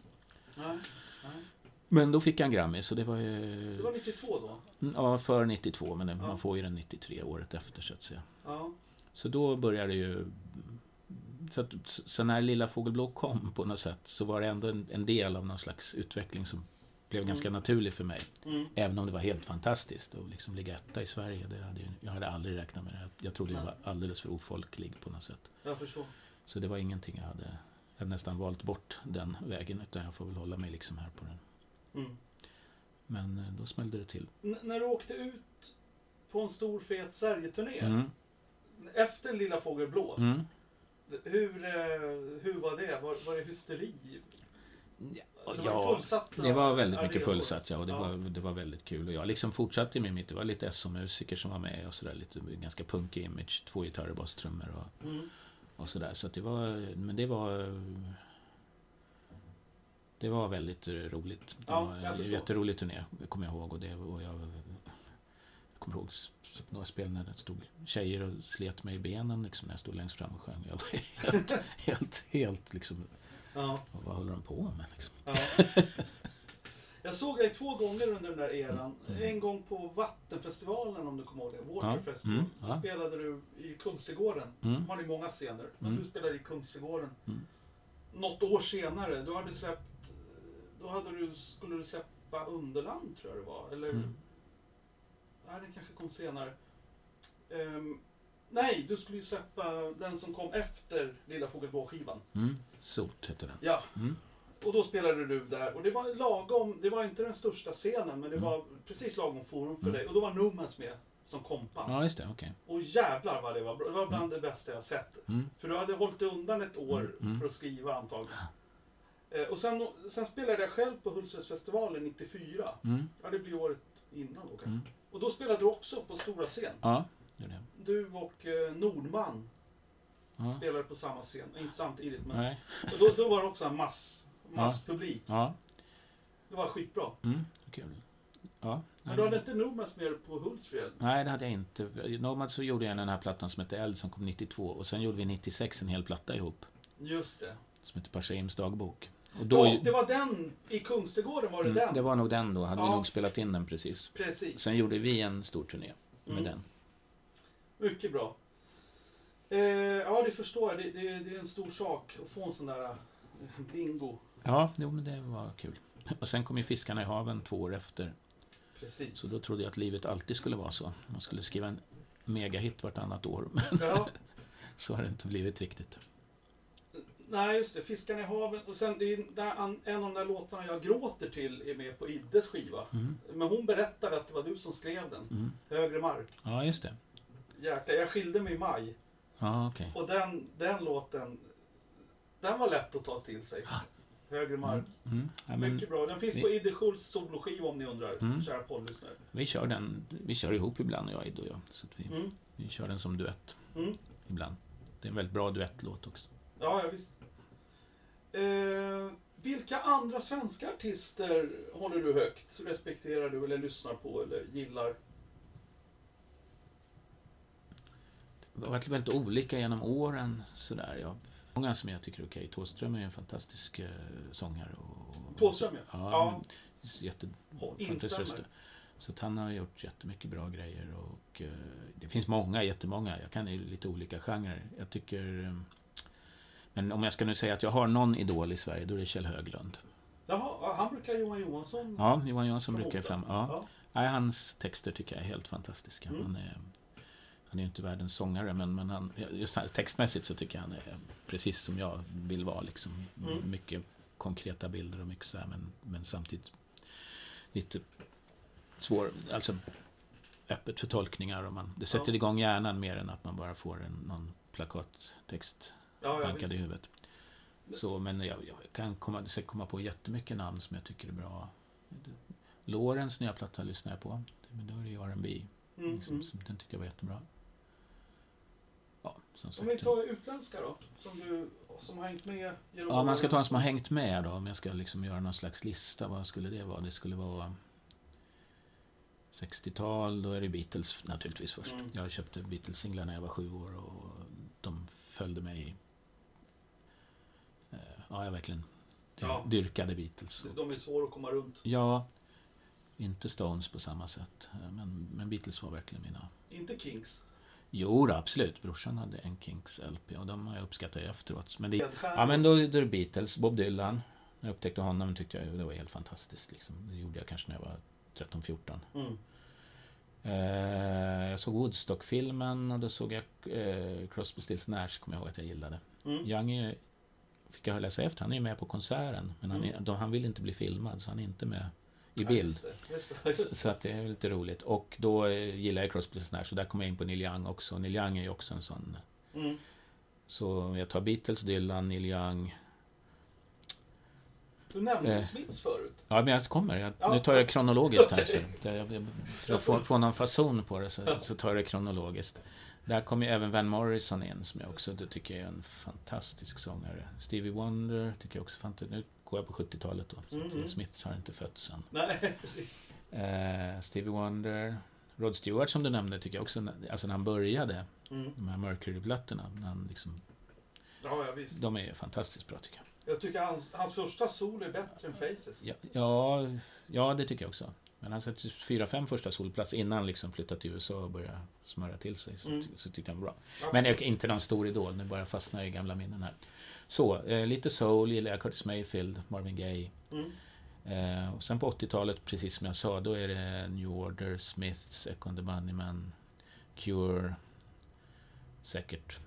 A: Nej, nej.
B: Men då fick jag en Grammis så det var ju... Mm,
A: Det var 92 då?
B: Ja, för 92 men det-
A: Ja.
B: man får ju den 93 året efter så att säga.
A: Ja.
B: Så då började ju... Så, att, så när Lilla Fågelblå kom på något sätt så var det ändå en, en del av någon slags utveckling som blev ganska naturlig för mig.
A: Mm.
B: Även om det var helt fantastiskt att liksom ligga etta i Sverige. Det hade, ju- jag hade aldrig räknat med det. Jag- Jag trodde jag var alldeles för ofolklig på något sätt.
A: Jag förstår.
B: Så det var ingenting jag hade... Jag hade nästan valt bort den vägen utan jag får väl hålla mig liksom här på den.
A: Mm.
B: Men eh, då smällde det till.
A: N- när du åkte ut på en stor fet Sverige-turné
B: Mm.
A: efter Lilla Fågel Blå.
B: Mm.
A: Hur, eh, hur var det? Var, var det hysteri?
B: och
A: det
B: ja,
A: fullsatta
B: Det var väldigt mycket
A: arenor.
B: fullsatt ja, och det, var, det var väldigt kul. Och jag liksom fortsatte med mitt, det var lite SO-musiker som var med och sådär, lite ganska punkig image. Två gitarrer, bas, trummor och
A: Mm.
B: och sådär. Så att det var, men det var... Det var väldigt eh, roligt. Det
A: Ja,
B: var
A: jag
B: en
A: förstår.
B: jätterolig turné, det kommer jag ihåg. Och, det, och jag, jag kommer ihåg s- s- några spel när det stod tjejer och slet mig i benen liksom, när jag stod längst fram och sjöng. Jag var helt, helt, helt liksom...
A: Ja,
B: Vad håller de på med liksom?
A: ja. Jag såg dig två gånger under den där eran.
B: Mm.
A: En gång på Vattenfestivalen om du kommer ihåg det.
B: Ja,
A: Waterfestival.
B: mm,
A: Då
B: ja.
A: spelade du i Kungsträdgården.
B: Mm.
A: De har ni många scener. Men
B: Mm.
A: du spelade i Kungsträdgården.
B: Mm.
A: Något år senare, du hade släppt... Då hade du, skulle du släppa Underland, tror jag det var. Eller...
B: Mm.
A: Nej, den kanske kom senare. Ehm, nej, du skulle ju släppa den som kom efter Lilla Fågelblå-skivan.
B: Mm. Sot heter den.
A: Ja,
B: Mm.
A: och då spelade du där. Och det var lagom, det var inte den största scenen, men det
B: Mm.
A: var precis lagom forum för
B: Mm.
A: dig. Och då var Nomads med som kompan.
B: Ja, just det. Okej.
A: Och jävlar vad det var bra. Det var bland det bästa jag sett.
B: Mm.
A: För du hade hållit dig undan ett år
B: Mm, mm.
A: för att skriva antagligen. Eh, och sen, sen spelade jag själv på Hultsfredsfestivalen 94.
B: Mm.
A: Ja, det blir året innan då kanske.
B: Mm.
A: Och då spelade du också på stora scen.
B: Ja, det är det.
A: Du och eh, Nordman
B: Ja.
A: spelade på samma scen. Inte samtidigt men.
B: Nej.
A: Och då, då var det också en mass, masspublik.
B: Ja.
A: Det var skitbra.
B: Mm. Kul. Ja.
A: Men du hade inte Nordmans med på Hultsfred?
B: Nej, det hade jag inte. Nomad så gjorde jag den här plattan som hette Eld som kom 92 och sen gjorde vi 96 en hel platta ihop
A: Just det.
B: som hette Parshims dagbok. Och då,
A: ja, det var den. I Kungsträdgården var det
B: Mm,
A: den.
B: det var nog den då, hade vi
A: Ja.
B: nog spelat in den precis.
A: Precis.
B: Sen gjorde vi en stor turné med
A: Mm.
B: den.
A: Mycket bra. Eh, ja, det förstår jag. Det, det, det är en stor sak att få en sån där eh, bingo.
B: Ja, jo, men det var kul. Och sen kom ju Fiskarna i haven två år efter.
A: Precis.
B: Så då trodde jag att livet alltid skulle vara så. Man skulle skriva en megahit vartannat år, men
A: Ja,
B: så har det inte blivit riktigt.
A: nej, just det. Fiskarna i haven. Och sen, det är där, an- en av de där låtarna jag gråter till är med på Iddes skiva.
B: Mm.
A: Men hon berättade att det var du som skrev den.
B: Mm.
A: Högre mark.
B: Ja, just det.
A: Hjärta. Jag skilde mig i maj.
B: Ja, okej.
A: Och den, den låten, den var lätt att ta till sig. Högre mark.
B: Ah. Mm. Ja, men
A: Mycket bra. Den finns på Idde Schultz soloskiva om ni undrar,
B: Mm.
A: kära poddlyssnare.
B: vi kör den. Vi kör ihop ibland, jag, Id och jag. Så att vi...
A: Mm.
B: Vi kör den som duett
A: Mm.
B: ibland. Det är en väldigt bra duettlåt också.
A: Ja, ja visst. Eh, vilka andra svenska artister håller du högt? Respekterar du eller lyssnar på eller gillar?
B: Det har varit väldigt olika genom åren. Sådär. Jag, många som jag tycker är okej. Thåström är ju en fantastisk eh, sångare. Och,
A: Thåström, ja.
B: ja.
A: Ja.
B: jätte, fantastisk
A: Instämmer.
B: röst. Så att han har gjort jättemycket bra grejer. Och, eh, det finns många, jättemånga. Jag kan ju lite olika genrer. Jag tycker... eh, Men om jag ska nu säga att jag har någon idol i Sverige, då är det Kjell Höglund.
A: Jaha, ja, han brukar Johan Johansson.
B: Ja, Johan Johansson
A: Från
B: brukar ju
A: Hota.
B: fram... Ja. Nej, hans texter tycker jag är helt fantastiska.
A: Mm.
B: Han är han är ju inte världens sångare, men, men han, just här- textmässigt så tycker jag han är precis som jag vill vara. Liksom.
A: Mm.
B: Mycket konkreta bilder och mycket så här, men, men samtidigt lite svår, alltså öppet för tolkningar. Och man, det sätter
A: Ja.
B: igång hjärnan mer än att man bara får en, någon plakattext
A: Ja, ja,
B: bankad i
A: visst.
B: huvudet. Så, men jag, jag kan komma, säkert komma på jättemycket namn som jag tycker är bra. Lorens nya platta lyssnar jag på. Men då är det ju R&B.
A: Mm,
B: Liksom,
A: mm.
B: som Den tyckte jag var jättebra. Ja, som
A: Om vi
B: sagt.
A: tar utländska då, som, du, som har hängt med genom
B: Ja, man
A: åren.
B: ska ta en som har hängt med då. Om jag ska liksom göra någon slags lista, vad skulle det vara? Det skulle vara 60-tal, då är det Beatles naturligtvis först.
A: Mm.
B: Jag köpte Beatles-singlar när jag var sju år och de följde mig. Eh, Ja, jag verkligen dyr-
A: Ja.
B: dyrkade Beatles. Och,
A: De är svåra att komma runt.
B: ja, inte Stones på samma sätt, eh, men, men Beatles var verkligen mina
A: Inte Kings.
B: Jo, då, absolut. Brorsan hade en Kinks LP och de har jag uppskattat efteråt. Men det,
A: Med här-
B: ja, men då är det Beatles, Bob Dylan. När jag upptäckte honom tyckte jag ju det var helt fantastiskt. Liksom. Det gjorde jag kanske när jag var 13-14.
A: Mm.
B: Eh, jag såg Woodstock-filmen och då såg jag eh, Crosby, Stills Nash, kommer jag ihåg att jag gillade.
A: Mm.
B: Young är, ju- fick jag läsa efter, han är ju med på konserten. Men han, är, de, han vill inte bli filmad, så han är inte med i
A: Ja,
B: bild.
A: just det, just det, just det.
B: Så att det är lite roligt. Och då eh, gillar jag Crosby Stills Nash, så där kom jag in på Neil Young också. Neil Young är ju också en sån
A: Mm.
B: så jag tar Beatles, Dylan, Neil Young.
A: Du nämnde
B: Eh.
A: Smiths förut.
B: Ja, men jag kommer. Jag,
A: Ja.
B: Nu tar jag det kronologiskt här. Så
A: Okej.
B: så jag, jag, för att få, få någon fason på det så, så tar jag det kronologiskt. Där kommer ju även Van Morrison in som jag också det tycker jag är en fantastisk sångare. Stevie Wonder tycker jag också är fantastisk. Nu går jag på 70-talet då. Så
A: Mm.
B: att Smiths har inte fötts än.
A: Nej, precis.
B: Eh, Stevie Wonder. Rod Stewart som du nämnde tycker jag också, alltså när han började,
A: Mm.
B: de här Mercury-plattorna, när han liksom,
A: Ja, ja, visst.
B: de är ju fantastiskt bra tycker jag.
A: Jag tycker hans, hans första sol är bättre än Faces.
B: Ja, ja, ja, det tycker jag också. Men han satt fyra, fem första solplats innan han liksom flyttade till USA och började smöra till sig. Så,
A: Mm.
B: ty- så tyckte jag var bra. Men jag, inte någon stor idol, nu bara fastnar jag i gamla minnen här. Så, eh, lite soul gillar jag, Curtis Mayfield, Marvin Gaye.
A: Mm.
B: Eh, och sen på 80-talet, precis som jag sa, då är det New Order, Smiths, Echo and the Bunnymen, Cure, säkert.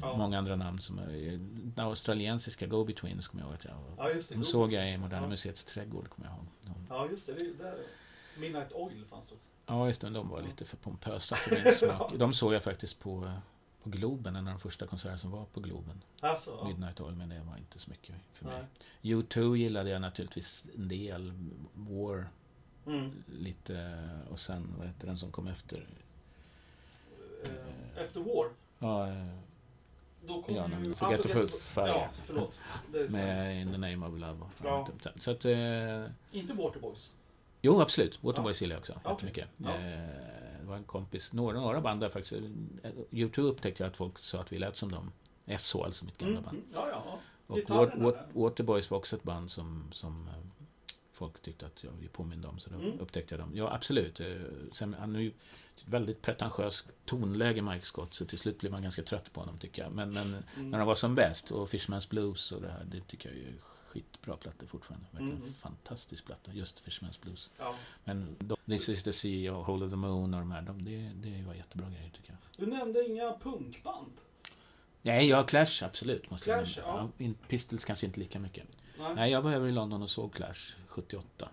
A: Ja.
B: Många andra namn som är... Den australiensiska Go-Betweens kommer jag ihåg att jag
A: Ja, just det.
B: de såg jag i Moderna
A: Ja.
B: Museets trädgård, kommer jag ihåg. De,
A: Ja, just det. det, är ju där. Midnight Oil fanns det också.
B: ja, just det, de var
A: Ja.
B: lite för pompösa för min smak. De såg jag faktiskt på, på Globen, en av de första konserterna som var på Globen.
A: Alltså, ja.
B: Midnight Oil, men det var inte så mycket för mig.
A: Nej.
B: U2 gillade jag naturligtvis en del. War,
A: Mm.
B: lite, och sen, vad heter den som kom efter?
A: Eh, Efter War,
B: Ja, eh,
A: då kom
B: ja
A: ju...
B: den, Forget the Full Fire.
A: Ja, förlåt. Det är sant.
B: Med In the Name of Love. och-
A: Ja.
B: Så att... Eh,
A: Inte Waterboys.
B: Jo, absolut.
A: Ja.
B: Waterboys gillar jag också
A: Ja.
B: jättemycket.
A: Ja.
B: Eh, Det var en kompis, några, några band där faktiskt. eh, YouTube upptäckte jag att folk sa att vi lät som dem. SH, alltså mitt gamla
A: Mm.
B: band.
A: mm, Ja, ja.
B: Och Wat-
A: Gitarrerna
B: Wat- Waterboys var också ett band som, som eh, folk tyckte att jag påminde om. Så då
A: Mm.
B: upptäckte jag dem. Ja, absolut. Eh, Sen, han är ju ett väldigt pretentiöst tonläge, Mike Scott. Så till slut blev man ganska trött på honom, tycker jag. Men, men
A: Mm.
B: när de var som bäst, och Fishman's Blues och det här, det tycker jag är skitbra plattor fortfarande. Verkligen
A: Mm.
B: fantastisk platta, just Fishman's Blues.
A: Ja.
B: Men de, This is the Sea och Hole of the Moon och de här, de, det, det var jättebra grejer tycker
A: Du
B: jag.
A: nämnde inga punkband.
B: Nej, ja, Clash absolut. Måste jag
A: Clash,
B: nämna. ja. in- Pistols kanske inte lika mycket.
A: Nej,
B: Nej, jag var över i London och såg Clash 78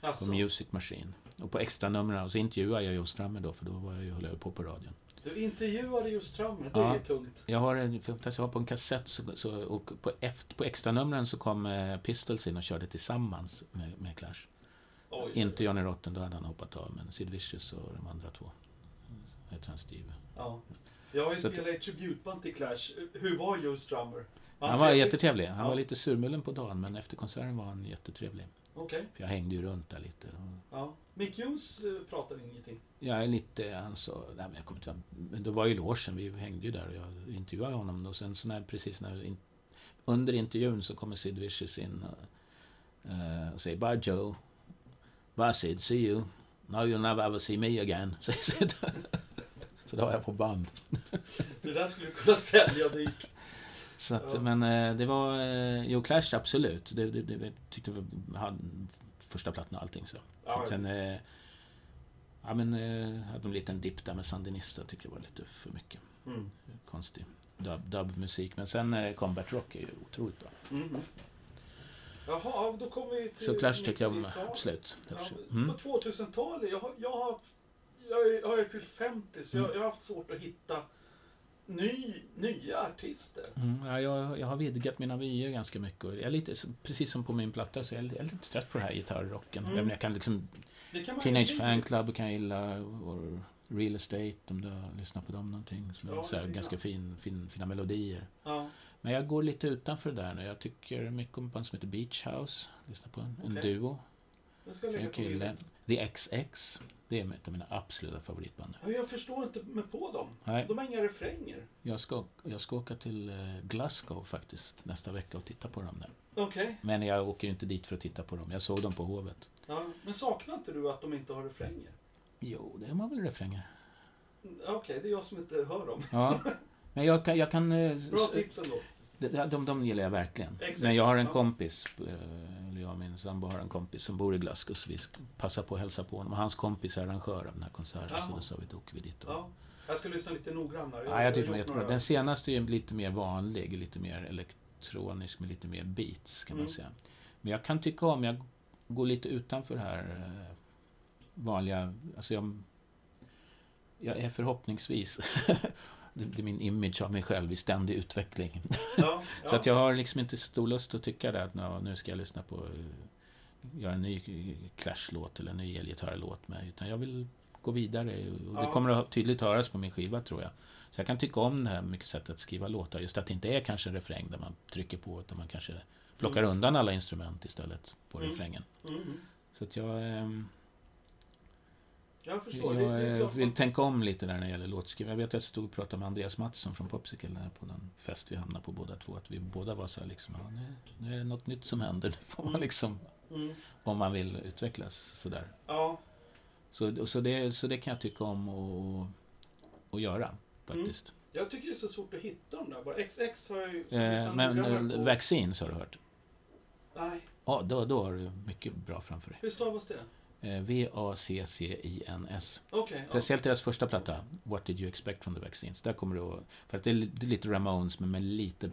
B: på
A: alltså.
B: Music Machine. Och på extra numren, och så intervjuade jag Joe Strummer då, för då var jag, ju- höll jag ju på på radion.
A: Du intervjuade just Strömmer, det
B: Ja.
A: är tungt.
B: Jag har en, för att jag har på en kassett så, så, och på, efter, på extra numren så kom eh, Pistols in och körde tillsammans med, med Clash.
A: Oj.
B: Inte Johnny Rotten, då hade han hoppat av, men Sid Vicious och de andra två. Heter han Steve?
A: Ja. Jag har ju
B: Så att-
A: spelat i ett tributband till Clash. Hur var Joe Strummer?
B: Han var jättetrevlig. Han
A: Ja.
B: var lite surmulen på dagen, men efter konserten var han jättetrevlig.
A: Okej.
B: För jag hängde ju runt där lite. och-
A: Ja. Mick Jones eh, pratade ingenting.
B: Jag är lite, alltså, han sa, nej men jag kommer inte ihåg. Men det var ju logen, vi hängde ju där och jag intervjuade honom. Och sen så när, precis när, in, under intervjun så kommer Sid Vicious in och, eh, och säger Bye Joe. Bye Sid, see you. Now you'll never ever see me again. säger Sid. så det har jag på band.
A: Det där skulle du kunna sälja dyrt.
B: Så att,
A: Ja.
B: men eh, det var... eh, Jo, Clash absolut. Det, det, det, jag tyckte vi hade första plattan och allting så.
A: Ja,
B: Sen, eh, Ja men eh, hade en liten dipp där med Sandinista, tycker jag var lite för mycket
A: Mm.
B: konstig dub- dubmusik. men sen eh, Combat Rock är ju otroligt bra.
A: Mm. Jaha, då kommer vi till
B: Så Clash tycker jag
A: 90-talet.
B: absolut. absolut.
A: Ja,
B: Mm.
A: På 2000-talet, jag, har- jag har jag, är- jag har ju fyllt 50 så jag,
B: Mm.
A: jag har haft svårt att hitta ny, nya artister.
B: Mm, ja, jag, jag har vidgat mina vyer ganska mycket. Och jag är lite, som- precis som på min platta så är jag, lite- jag är lite trött på den här gitarrrocken.
A: Mm.
B: Jag, menar, jag kan liksom,
A: Det kan man
B: Teenage
A: ju-
B: Fan Club kan jag gilla. Och Real Estate om du har lyssnat på dem någonting. Som
A: Ja,
B: är så här,
A: lite grann.
B: ganska fin, fin, fina melodier.
A: Ja.
B: Men jag går lite utanför det där nu. Jag tycker mycket om ett band som heter Beach House. Lyssna på en, en
A: Okej.
B: duo.
A: Jag ska
B: Det är
A: lägga
B: en
A: på
B: kille.
A: minnet.
B: The XX. Det är ett av mina absoluta favoritband nu.
A: Ja, Jag förstår inte mig på dem.
B: Nej,
A: De har inga refränger.
B: jag ska, jag ska åka till eh, Glasgow faktiskt nästa vecka och titta på dem där.
A: Okej.
B: Men jag åker ju inte dit för att titta på dem. Jag såg dem på Hovet.
A: Ja. Men saknar inte du att de inte har refränger?
B: Jo, det är man väl refränger.
A: Mm, Okej, det är jag som inte hör dem.
B: Ja. Men jag kan... Jag kan eh, s-
A: Bra tips ändå.
B: de, de, de gillar jag verkligen.
A: Exakt,
B: Men jag har en
A: ja.
B: kompis, eh, eller jag och min sambo har en kompis som bor i Glasgow så vi passar på att hälsa på honom. Och hans kompis är arrangör av den här konserten så
A: Jaha.
B: då sa vi då åker vi dit. Och...
A: Ja. Jag ska lyssna lite noggrannare.
B: Ja, jag tyckte den
A: har gjort
B: var jättebra.
A: några-
B: Den senaste är ju lite mer vanlig, lite mer elektronisk med lite mer beats kan man
A: Mm.
B: säga. Men jag kan tycka om, jag går lite utanför det här eh, vanliga, alltså jag, jag är förhoppningsvis, det det är min image av mig själv i ständig utveckling.
A: Ja, ja.
B: Så att jag har liksom inte så stor lust att tycka det att "Nå, nu ska jag lyssna på, eh, göra en ny eh, Clash-låt eller en ny elgitarrlåt med. Utan jag vill gå vidare och det
A: Ja.
B: kommer att tydligt höras på min skiva tror jag. Så jag kan tycka om det här mycket sättet att skriva låtar. Just att det inte är kanske en refräng där man trycker på utan man kanske plockar
A: Mm.
B: undan alla instrument istället på
A: Mm.
B: refrängen.
A: Mm.
B: Så att jag, ehm,
A: Jag förstår.
B: jag
A: det, det är
B: eh,
A: klart
B: vill
A: man-
B: tänka om lite där när det gäller låtskrivning. Jag vet att jag stod och pratade med Andreas Mattsson från Popsicle här på den fest vi hamnade på båda två. Att vi båda var så här liksom, ja, nu, nu är det något nytt som händer. Nu får man
A: Mm.
B: liksom,
A: Mm.
B: om man vill utvecklas sådär.
A: Ja.
B: Så, och så, det, så det kan jag tycka om att att göra faktiskt.
A: Jag tycker det är Mm. så svårt att hitta dem där. Bara XX har jag ju...
B: Eh, men
A: Sandra
B: eh,
A: på-
B: vaccin så har du hört.
A: Nej,
B: Ja, då, då har du mycket bra framför dig.
A: hur stavas det?
B: Eh, V-A-C-C-I-N-S.
A: Okej. ja.
B: Speciellt deras första platta, What did you expect from the vaccines? Där kommer du att, För att det är li- det är lite Ramones, men med lite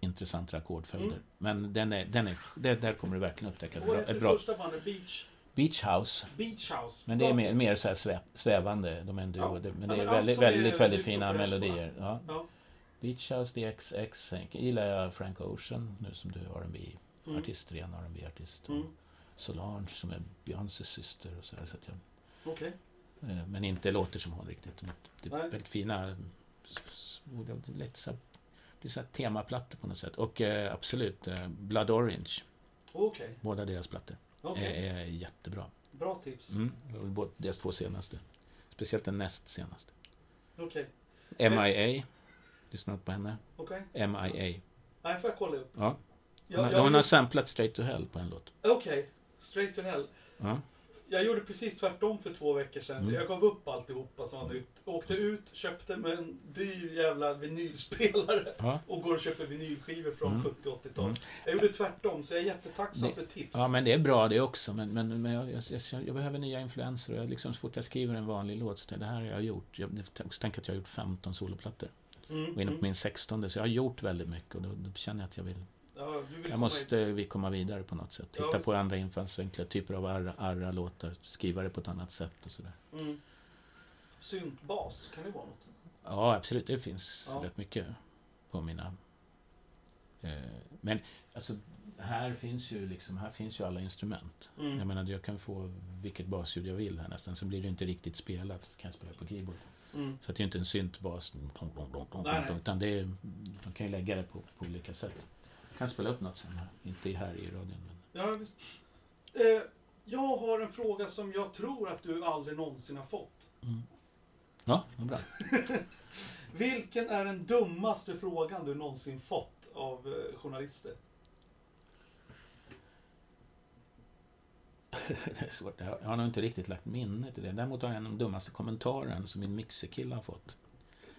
B: intressantare ackordföljder.
A: Mm.
B: Men den är, den är, det, där kommer du verkligen upptäcka ett
A: Vad
B: bra,
A: heter
B: ett bra
A: första bandet? Beach,
B: Beach House.
A: Beach House.
B: Men det är
A: Bra
B: mer,
A: tips.
B: mer så här svä, svävande, de är en duo.
A: Ja.
B: Det-
A: Ja,
B: Men det
A: men
B: är
A: allt
B: väldigt,
A: som är
B: väldigt, väldigt
A: ute och
B: fina
A: fräscht, va?
B: melodier. Ja.
A: Ja.
B: Beach House, DXX, sen gillar jag Frank Ocean nu som du är R&B-artist,
A: Mm.
B: ren R&B-artist. och
A: Mm.
B: Solange som är Beyoncés syster och så här. Så att jag,
A: Okej.
B: Eh, Men inte låter som hon riktigt. Men Det är
A: Nej.
B: väldigt fina, eh, s- s- ord. Det är lite så här, det är så här temaplattor på något sätt. Och eh, absolut, eh, Blood Orange,
A: Okej.
B: båda deras plattor,
A: Okej.
B: är, är jättebra.
A: Bra tips.
B: Mm. och Båda deras två senaste. Speciellt den näst senaste.
A: Okej.
B: MIA, lyssnar du på henne?
A: Okej.
B: MIA.
A: Nej, får jag kolla upp?
B: Ja.
A: Jag-
B: Hon, har-
A: jag
B: hon
A: gjorde-
B: har samplat Straight to Hell på en låt.
A: Okej. Straight to hell.
B: Ja.
A: Jag gjorde precis tvärtom för två veckor sedan.
B: Mm.
A: Jag gav upp alltihopa som var nytt. Åkte ut, köpte med en dyr jävla vinylspelare
B: Ja.
A: och går och köper vinylskivor från
B: Mm.
A: 70 80-tal.
B: Mm.
A: Jag gjorde tvärtom, så jag är jättetacksam
B: Det-
A: för tips.
B: Ja, men det är bra det också. Men, men, men jag, jag, jag, jag behöver nya influenser. Och jag, liksom, så fort jag skriver en vanlig låt, så tänker jag, det här har jag gjort. Jag jag också tänker att jag har gjort 15 soloplattor.
A: Mm,
B: Och inne på
A: mm.
B: min 16 så jag har gjort väldigt mycket. Och då, då känner jag att jag vill...
A: Ja, du vill
B: Jag
A: komma
B: måste eh, vi komma vidare på något sätt.
A: Ja,
B: Hitta
A: visst.
B: på andra infallsvinklar, typer av arra- arra-låtar, skriva det på ett annat sätt och sådär.
A: in- Mm. Syntbas, kan det vara något?
B: Ja, absolut. Det finns
A: Ja.
B: rätt mycket på mina... Eh, men alltså, här finns ju liksom, här finns ju alla instrument.
A: Mm.
B: Jag menar, jag kan få vilket basljud jag vill här nästan, så blir det inte riktigt spelat. Så kan jag spela på keyboard.
A: Mm.
B: Så att det är inte en syntbas, dong, dong, dong, dong,
A: Nej, nej.
B: utan det är, man kan ju lägga det på, på olika sätt. Jag kan spela upp något sen, här. inte här i radion. Men...
A: Ja, visst. Eh, jag har en fråga som jag tror att du aldrig någonsin har fått.
B: Ja, vad bra.
A: Vilken är den dummaste frågan du någonsin fått av eh, journalister?
B: Det är svårt. Jag har- jag har nog inte riktigt lagt minne till det. Däremot har jag en av de dummaste kommentaren som min mixerkille har fått.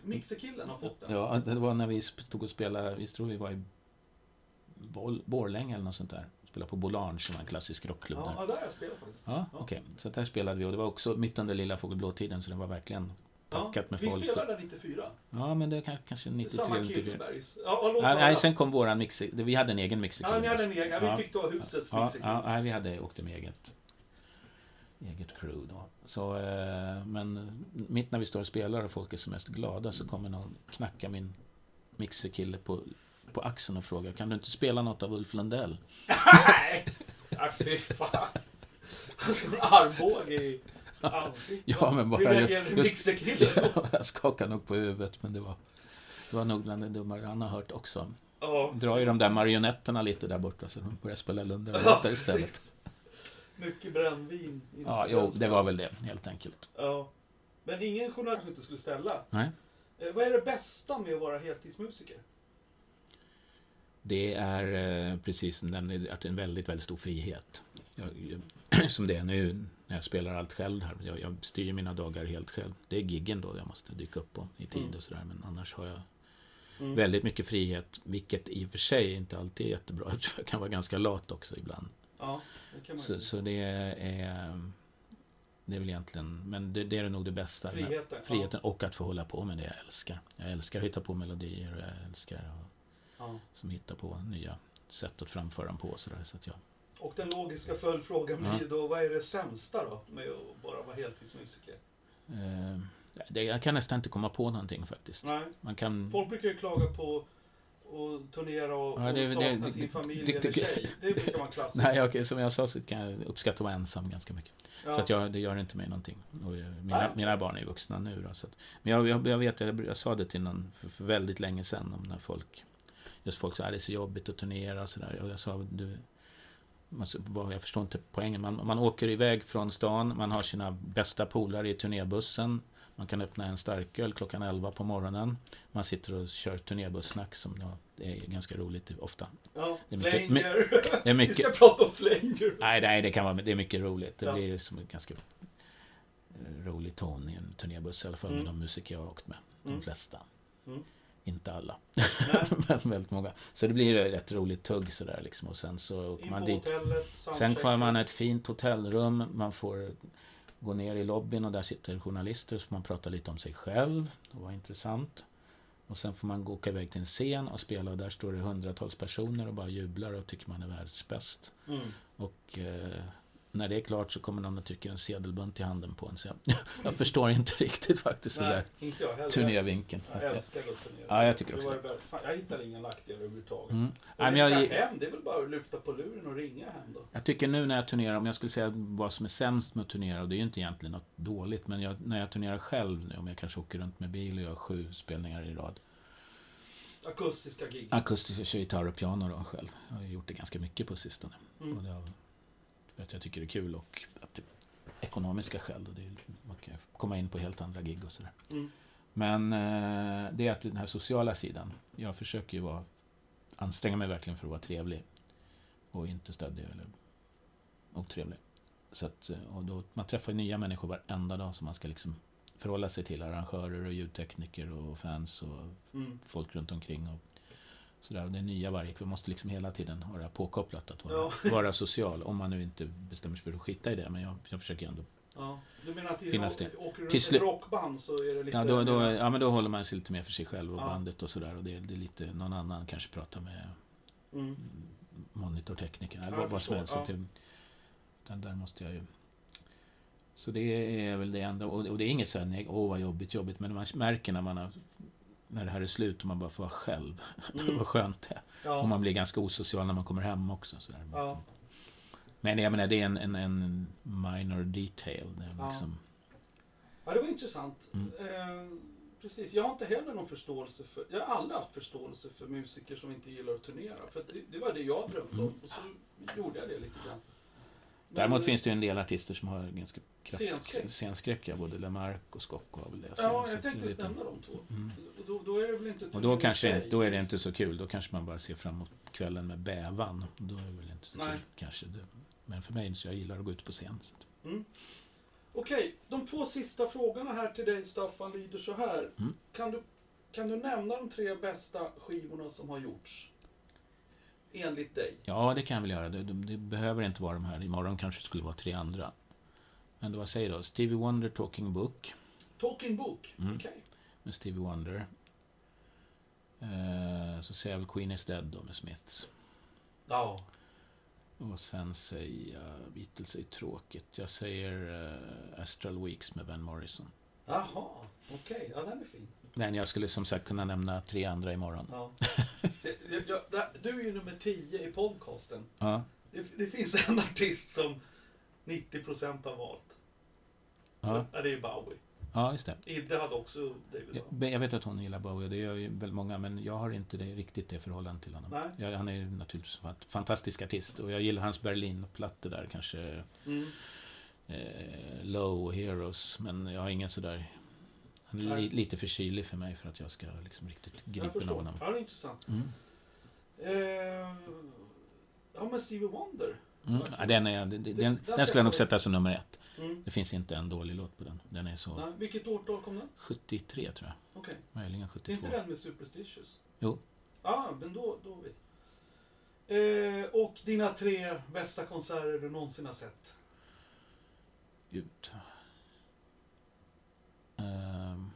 A: Mixerkillen har fått den.
B: Ja, det var när vi sp- stod och spelade, vi tror vi var i Boll- Borlänge eller något sånt där. spelade på Boulange som var en klassisk rockklubb
A: Ja,
B: där.
A: ja, där har jag spelat faktiskt.
B: Ja, okej. Så där spelade vi och det var också mitt under lilla fågelblå-tiden så det var verkligen packat med
A: vi
B: folk.
A: spelade där 94.
B: Ja, men det kan, kanske 93
A: Samma
B: eller 94.
A: Kirkebergs. Ja, ja, låt
B: Nej,
A: höra.
B: nej, sen kom våran mixer. Vi hade en egen mixer.
A: Ja, ni hade en egen.
B: Ja.
A: Vi fick ta husets
B: Ja,
A: mixer.
B: ja, nej, vi hade, åkte med eget, eget crew då. Så, eh, men mitt när vi står och spelar och folk är som mest glada så kommer någon knacka min mixerkille på, på axeln och frågar Kan du inte spela något av Ulf Lundell?
A: Nej! Ja, fy fan. Han ska ha en armbåge i ansiktet.
B: Ja, men bara
A: Det är
B: ju-
A: en
B: just-
A: mixerkille.
B: Jag skakar nog på huvudet men det var, det var nog bland det dummare han har hört också.
A: Ja,
B: Drar ju de där marionetterna lite där borta så de börjar spela Lundell istället.
A: precis. Mycket brännvin. i
B: Ja, jo, det var väl det helt enkelt.
A: Ja. Men ingen journal kanske inte skulle ställa.
B: Nej.
A: Eh, vad är det bästa med att vara heltidsmusiker?
B: Det är eh, precis som den, att det är en väldigt, väldigt stor frihet. Jag, jag, som det är nu när jag spelar allt själv här. Jag, jag styr mina dagar helt själv. Det är giggen då jag måste dyka upp på i tid
A: Mm.
B: och sådär. Men annars har jag
A: Mm.
B: väldigt mycket frihet. Vilket i och för sig inte alltid är jättebra. eftersom Jag kan vara ganska lat också ibland.
A: Ja, det kan man
B: Så,
A: ju.
B: så det är... eh, Det är väl egentligen... Men det, det är nog det bästa. Men-
A: Friheten.
B: Friheten och att få hålla på med det jag älskar. Jag älskar att hitta på melodier och jag älskar att
A: Ja.
B: som hittar på nya sätt att framföra dem på. och Sådär, så att jag,
A: Och den logiska följdfrågan blir
B: Ja.
A: ju då, vad är det sämsta då med att bara vara heltidsmusiker?
B: eh, det, jag kan nästan inte komma på någonting faktiskt.
A: Nej.
B: Man kan...
A: Folk brukar ju klaga på att turnera och,
B: Ja, det-
A: och
B: det-
A: sakna
B: det-
A: sin
B: det-
A: familj
B: det-
A: eller
B: det-
A: tjej. Det brukar vara klassiskt.
B: Nej, jag, som jag sa så kan jag uppskatta att vara ensam ganska mycket.
A: ja.
B: Så att jag, det gör inte mig någonting. Och eh, mina,
A: Nej.
B: mina barn är ju vuxna nu. Då, så att, men jag, jag, jag vet, jag, jag sa det till någon för, för väldigt länge sedan om när folk... Just folk sa att det är så jobbigt att turnera och sådär. Och jag sa, du... Man, så- vad- jag förstår inte poängen. Man, man åker iväg från stan, man har sina bästa polare i turnébussen. Man kan öppna en starköl klockan 11 på morgonen. Man sitter och kör turnébussnack som då är ganska roligt ofta.
A: ja.
B: det är mycket-
A: Flanger.
B: Det är
A: Vi
B: mycket,
A: ska prata om Flanger.
B: Nej, nej, det kan vara, det är mycket roligt. Det
A: Ja.
B: blir som en ganska eh, rolig ton i en turnébuss i alla fall
A: Mm.
B: med de musiker jag har åkt med. De
A: Mm.
B: flesta.
A: Mm.
B: Inte alla,
A: Nej,
B: men väldigt många. Så det blir ett rätt roligt tugg sådär liksom. Och sen så åker
A: in
B: man
A: på
B: dit.
A: hotellet,
B: Sen
A: soundcheck. Mm.
B: får man ett fint hotellrum. Man får gå ner i lobbyn och där sitter journalister. Så får man prata lite om sig själv. Det var intressant. Och sen får man gå åka iväg till en scen och spela. Och där står det hundratals personer och bara jublar och tycker man är världsbäst.
A: Mm.
B: Och eh, när det är klart så kommer någon och trycker en sedelbunt i handen på en. Så jag, jag förstår inte riktigt faktiskt den
A: Nej,
B: där
A: inte jag heller.
B: turnévinkeln.
A: Jag älskar att turnera.
B: Ja, jag tycker också
A: det. var ju bara- Fan, jag hittar inga nackdelar överhuvudtaget.
B: Mm.
A: Nej,
B: Nej, men
A: jag...
B: jag,
A: hem, det är väl bara att lyfta på luren och ringa hem då.
B: jag tycker nu när jag turnerar, om jag skulle säga vad som är sämst med att turnera, och det är ju inte egentligen något dåligt, men jag, när jag turnerar själv nu, om jag kanske åker runt med bil och gör sju spelningar i rad.
A: Akustiska gig.
B: Akustisk, jag kör gitarr och piano då själv. Jag har ju gjort det ganska mycket på sistone.
A: Mm.
B: Och det har, för att jag tycker det är kul och att det, ekonomiska skäl, och det, är- man kan ju komma in på helt andra gig och sådär.
A: Mm.
B: Men eh, det är att den här sociala sidan. Jag försöker ju vara, anstränga mig verkligen för att vara trevlig. Och inte stöddig eller otrevlig. Så att, eh, och då, man träffar ju nya människor varenda dag som man ska liksom förhålla sig till. Arrangörer och ljudtekniker och fans och
A: Mm.
B: folk runt omkring. Och sådär. Och det är nya varje kväll. Man måste liksom hela tiden ha det här påkopplat att vara, vara social. Om man nu inte bestämmer sig för att skita i det. Men jag, jag försöker ändå
A: Ja. Du menar att
B: Finnas
A: det.
B: det.
A: åker du
B: Till
A: runt i
B: slut-
A: ett rockband så är det lite...
B: Ja, då, då, ja, men då håller man sig lite mer för sig själv och
A: Ja.
B: bandet och sådär. Och det, är- det är lite, någon annan kanske pratar med
A: Mm.
B: monitortekniker
A: Ja,
B: eller
A: jag
B: vad- vad
A: förstår,
B: som helst. Så att
A: ja.
B: det- Den där måste jag ju... Så det är väl det enda. Och, och det är inget så här, nej, åh vad jobbigt, jobbigt. Men man märker när man har, när det här är slut och man bara får vara själv.
A: Mm.
B: vad skönt det är. Och
A: Ja.
B: man blir ganska osocial när man kommer hem också. Så där.
A: Ja.
B: Men jag menar, det är en, en, en minor detail. Det
A: Ja.
B: är liksom,
A: ja, det var intressant.
B: Mm.
A: Eh, precis, jag har inte heller någon förståelse för... Jag har aldrig haft förståelse för musiker som inte gillar att turnera. För att det, det var det jag drömde om och så gjorde jag det lite grann. Men-
B: Mm. Däremot finns det ju en del artister som har ganska kraft-
A: Scenskräck.
B: scenskräck. Ja, både Lamarck och Scocco har väl det.
A: Ja,
B: Så
A: jag
B: att
A: tänkte just
B: vet inte.
A: nämna de två.
B: Mm.
A: Och då, då är det väl inte
B: Och då
A: i
B: kanske
A: sig.
B: då är det inte så kul. Då kanske man bara ser fram emot kvällen med bävan. Då är det väl inte så
A: Nej.
B: kul kanske. Det- Men för mig, så jag gillar att gå ut på scen. Så att-
A: Okej, de två sista frågorna här till dig Staffan lyder så här.
B: Mm.
A: Kan, du, kan du nämna de tre bästa skivorna som har gjorts? enligt dig?
B: Ja, det kan jag väl göra. Det, det, det behöver inte vara de här. Imorgon kanske det skulle vara tre andra. Men då, vad säger du? Stevie Wonder Talking Book
A: Talking Book?
B: Mm.
A: Okej.
B: med Stevie Wonder. Eh, så säger jag väl Queen is Dead då med Smiths.
A: Ja.
B: Och sen säger jag, Beatles är ju tråkigt. Jag säger eh, Astral Weeks med Van Morrison.
A: Jaha, okej. Ja, den är fin.
B: Men jag skulle som sagt kunna nämna tre andra imorgon.
A: Ja. Så jag, jag, det, här- du är ju nummer 10 i podcasten.
B: Ja,
A: Det, det finns en artist som 90% har valt.
B: ja,
A: Ja, det är Bowie.
B: ja just det.
A: Idde hade också David Bowie.
B: Jag, jag vet att hon gillar Bowie och det gör ju väldigt många men jag har inte det, riktigt det förhållandet till honom.
A: Nej.
B: Jag, han är ju naturligtvis en fantastisk artist och jag gillar hans Berlinplattor där kanske
A: Mm.
B: eh, Low och Heroes men jag har ingen sådär... Han är
A: Nej.
B: li, lite för kylig för mig för att jag ska liksom riktigt
A: Jag
B: gripen av
A: förstår.
B: honom.
A: Ja, det är intressant.
B: Mm.
A: Eh, ja, men Stevie Wonder.
B: Mm. Ja, den, är, den, den, den skulle jag nog sätta som nummer ett.
A: Mm.
B: Det finns inte en dålig låt på den. Den är så
A: Nej, vilket årtal kom den?
B: 73 tror jag.
A: Okej.
B: Möjligen
A: Det är
B: 72.
A: inte den med Superstitious?
B: Jo.
A: Ja, ah, men då, då vet jag. Eh, och dina tre bästa konserter du någonsin har sett?
B: Gud. Ehm.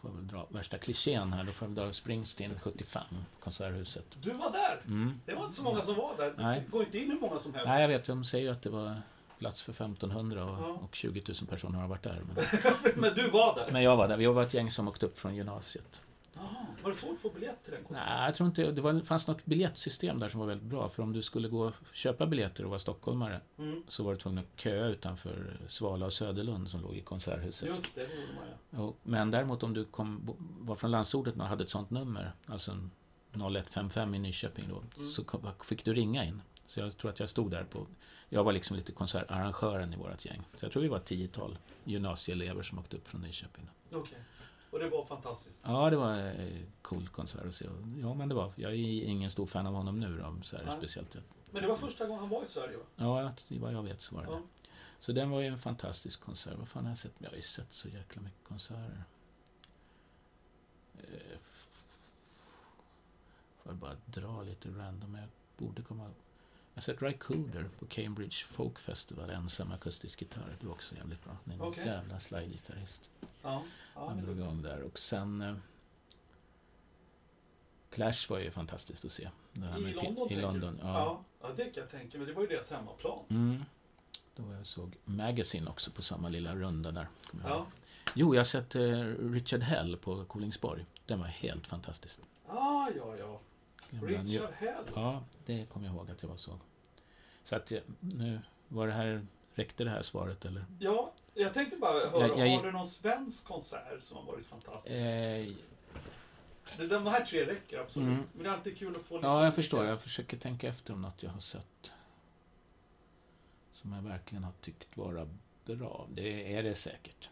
B: Får jag väl dra värsta klichén här. Då får jag väl dra Springsteen 75 på Konserthuset.
A: Du var där!
B: Mm.
A: Det var inte så många som var där.
B: Nej.
A: Det går inte in hur många som helst.
B: Nej, jag vet. De säger ju att det var plats för 1500 och,
A: Ja.
B: och 20 000 personer har varit där. Men,
A: men du var där.
B: men jag var där. Vi var ett gäng som åkte upp från gymnasiet.
A: Jaha, var det svårt att få biljett till den konserten?
B: Nej, jag tror inte det. Var, det fanns något biljettsystem där som var väldigt bra. För om du skulle gå och köpa biljetter och vara stockholmare
A: Mm.
B: så var du tvungen att köa utanför Svala och Söderlund som låg i Konserthuset.
A: Just det, det gjorde man ja.
B: Och, men däremot om du kom, bo- var från landsorten och hade ett sånt nummer, alltså en 0155 i Nyköping då,
A: Mm.
B: så kom, fick du ringa in. Så jag tror att jag stod där på, jag var liksom lite konsertarrangören i vårt gäng. Så jag tror vi var ett tiotal gymnasieelever som åkte upp från Nyköping.
A: Okej. Och det var fantastiskt.
B: Ja, det var eh, cool konsert att se. Ja, men det var, jag är ingen stor fan av honom nu då, så här,
A: Nej.
B: speciellt.
A: Men det var första gången han var i Sverige va?
B: Ja, det vad jag vet så var det
A: Ja.
B: det. Så den var ju en fantastisk konsert. Vad fan har jag sett? Jag har ju sett så jäkla mycket konserter. Eh, Får jag bara dra lite random. Jag borde komma ihåg. Jag har sett Rycooder på Cambridge Folk Festival, ensam akustisk gitarr. Det var också jävligt bra. Han är en
A: Okej.
B: jävla slide-gitarrist.
A: Ja. ja
B: Han
A: men
B: drog
A: det...
B: igång där. Och sen... Eh, Clash var ju fantastiskt att se. Den här
A: I
B: med-
A: London
B: I
A: tänker
B: London,
A: du?
B: ja.
A: ja. Ja, det kan jag tänka mig. Det var ju deras hemmaplan.
B: Mm. Då var jag såg Magazine också på samma lilla runda där. Kommer jag ihåg.
A: Ja.
B: Jo, jag har sett eh, Richard Hell på Kolingsborg. Den var helt fantastisk.
A: Ah, ja, ja.
B: Gamla New-
A: Richard Hell.
B: Ja, det kommer jag ihåg att jag var såg. Så att eh, nu, var det här, räckte det här svaret eller?
A: Ja, jag tänkte bara höra,
B: Jag- jag-
A: har du någon svensk konsert som har varit fantastisk?
B: Eh,
A: Det- De här tre räcker absolut.
B: Mm.
A: Men det är alltid kul att få lite
B: ja, jag
A: olika.
B: förstår. Jag försöker tänka efter om något jag har sett. Som jag verkligen har tyckt vara bra. Det är det säkert.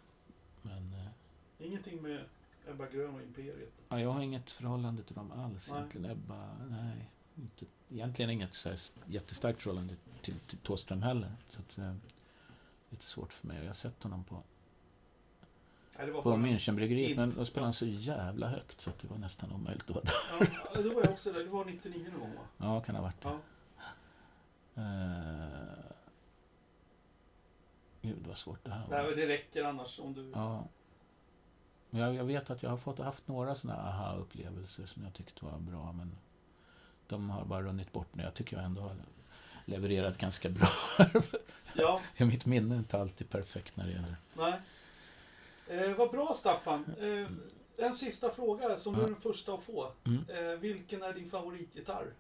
B: Men eh,
A: Ingenting med Ebba Grön och Imperiet.
B: Ja, jag har inget förhållande till dem alls
A: Nej.
B: egentligen. Jag bara, nej, inte, egentligen inget så här st- jättestarkt förhållande till, till Thåström heller. Så att, eh, lite svårt för mig. Jag har sett honom på,
A: Nej, det var
B: på
A: bara-
B: Münchenbryggeriet, men
A: Int.
B: då spelade han så jävla högt så att det var nästan omöjligt att vara där.
A: Ja, då var jag också där. Det var 99 någon gång va?
B: Ja, kan ha varit det.
A: Ja.
B: Eh, gud, vad svårt det här
A: Nej, men
B: var.
A: det räcker annars om du...
B: Ja. Men Jag, jag vet att jag har fått, haft några sådana aha-upplevelser som jag tyckte var bra, men de har bara runnit bort nu. Jag tycker jag ändå har levererat ganska bra.
A: Ja,
B: Mitt minne är inte alltid perfekt när det gäller...
A: nej. Eh, vad bra Staffan. Eh, en sista fråga som du är den första att få.
B: Mm.
A: Eh, vilken är din favoritgitarr?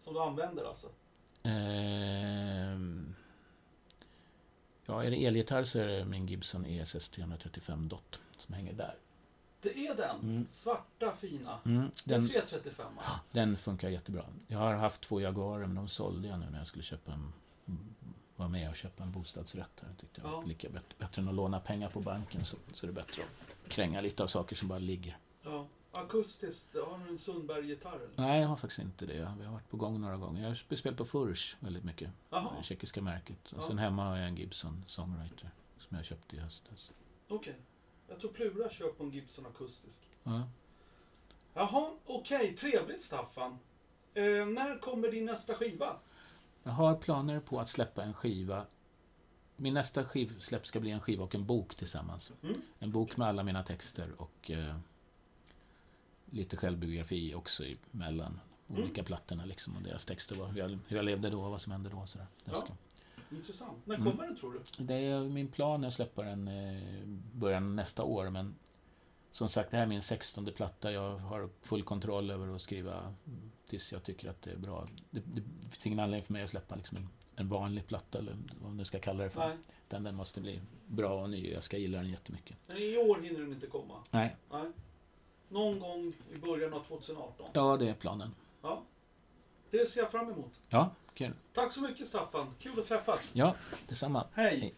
A: Som du använder alltså?
B: Ehm, ja, är det elgitarr så är det min Gibson E ESS 335 Dot som hänger där.
A: Det är den.
B: Mm.
A: Svarta fina.
B: Mm,
A: Den...
B: den,
A: 335
B: ja, den funkar jättebra. Jag har haft två Jaguarer, men de sålde jag nu när jag skulle köpa en var med och köpa en bostadsrätt här. Tyckte jag
A: Ja.
B: var lika bättre, bättre än att låna pengar på banken så, så är det bättre att kränga lite av saker som bara ligger.
A: Ja. Akustiskt, har du en Sundberg-gitarr? eller?
B: Nej, jag har faktiskt inte det. Jag har varit på gång några gånger. Jag har sp- spelat på Furch väldigt mycket.
A: Jaha,
B: det tjeckiska märket. Och
A: Ja.
B: sen hemma har jag en Gibson Songwriter som jag köpte i höstas.
A: okej. Jag tror Plura kör på en Gibson akustisk.
B: Ja.
C: Jaha, okej. Trevligt Staffan. Eh, när kommer din nästa skiva?
B: Jag har planer på att släppa en skiva. Min nästa skivsläpp ska bli en skiva och en bok tillsammans.
C: Mm.
B: En bok med alla mina texter och eh, lite självbiografi också i- mellan
C: Mm.
B: olika plattorna liksom och deras texter. vad- Hur jag, hur jag levde då, vad som hände då och sådär. Jag
C: Ja.
B: ska-
C: Intressant. När
B: Mm.
C: kommer den tror du?
B: Det är min plan är att släppa den eh, början av nästa år men som sagt, det här är min sextonde platta. Jag har full kontroll över att skriva mm, tills jag tycker att det är bra. Det, det finns ingen anledning för mig att släppa liksom en, en vanlig platta eller vad man nu ska kalla det för.
C: Nej.
B: Den, den måste bli bra och ny och jag ska gilla den jättemycket.
C: Men I år hinner den inte komma.
B: Nej,
C: Nej. Någon gång i början av 2018.
B: ja det är planen.
C: Det ser jag fram emot.
B: Ja, kul.
C: Tack så mycket Staffan. Kul att träffas.
B: Ja, detsamma.
C: Hej.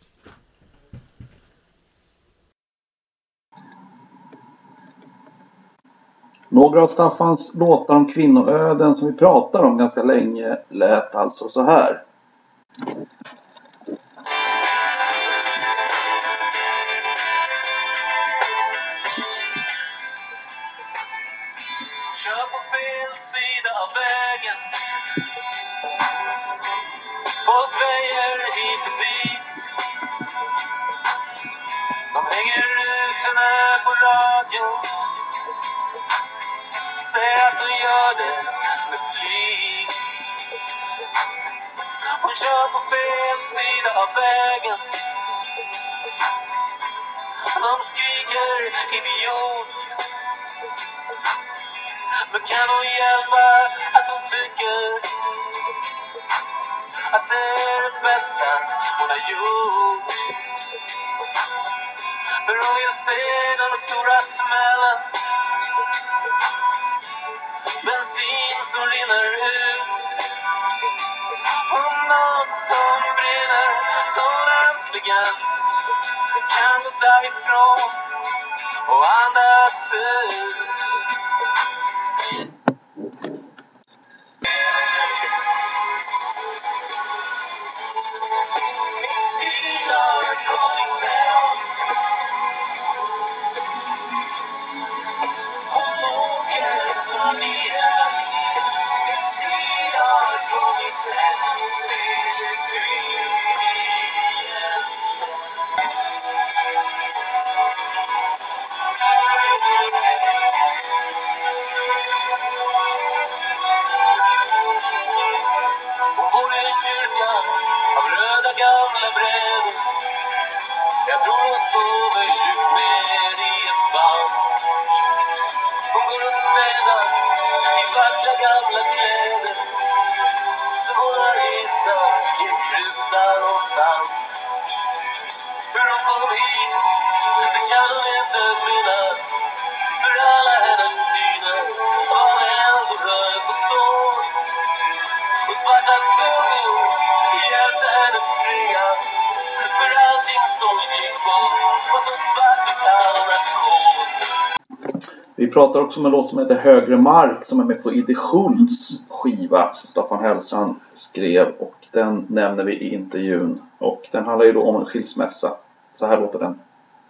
D: Några av Staffans låtar om kvinnoöden som vi pratar om ganska länge lät alltså så här.
E: Kör på fel sida av vägen Folk väjer hit och dit De hänger rutorna på radion Säger att de gör det med flit Hon kör på fel sida av vägen De skriker idiot men kan hon hjälpa att hon tycker att det är det bästa hon har gjort? För hon vill se den stora smällen Bensin som rinner ut Och något som brinner så hon äntligen kan gå därifrån och andas ut Thank you. Hon bor i en kyrka av röda gamla brädor. Jag tror hon sover djupt ner i ett valv. Hon går och städar i vackra gamla kläder som hon har hittat i en krypta någonstans. Hur hon kom hit, det kan hon inte minnas. För alla hennes syner var eld och rök och stål och svarta skuggor hjälpte henne springa för allting som gick bort var så svart och kallt kol.
D: Vi pratar också om en låt som heter Högre mark som är med på Idde Schultz skiva som Staffan Hellstrand skrev och den nämner vi i intervjun. Och den handlar ju då om en skilsmässa. Så här låter den.
E: Jag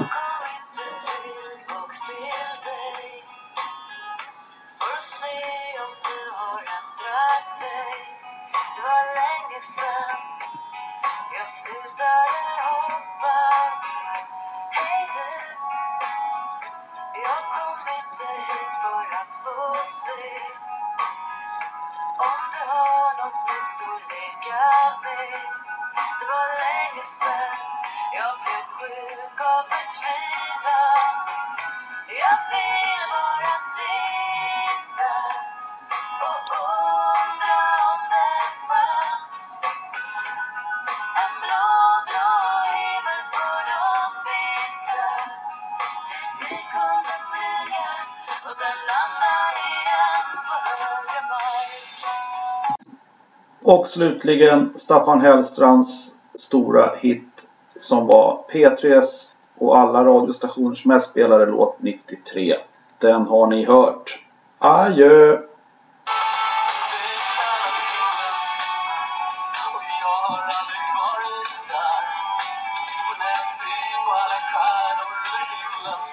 E: kom inte tillbaks till dig för att se om du har ändrat dig. Det var länge sedan jag slutade hoppas. Hej du, jag kom inte hit för att få se om du har något nytt att leka med. Det var länge sedan jag blev sjuk av förtvivlan Jag vill bara titta och undra om det fanns en blå, blå himmel på de vita dit vi kunde flyga och sen landa igen på högre mark
D: Och slutligen Staffan Hellstrands stora hit som var P3s och alla radiostationers mest spelade låt 93. Den har ni hört. Adjö!
E: Du kallas killen och jag har aldrig varit där. Och när jag ser på alla stjärnor över himlen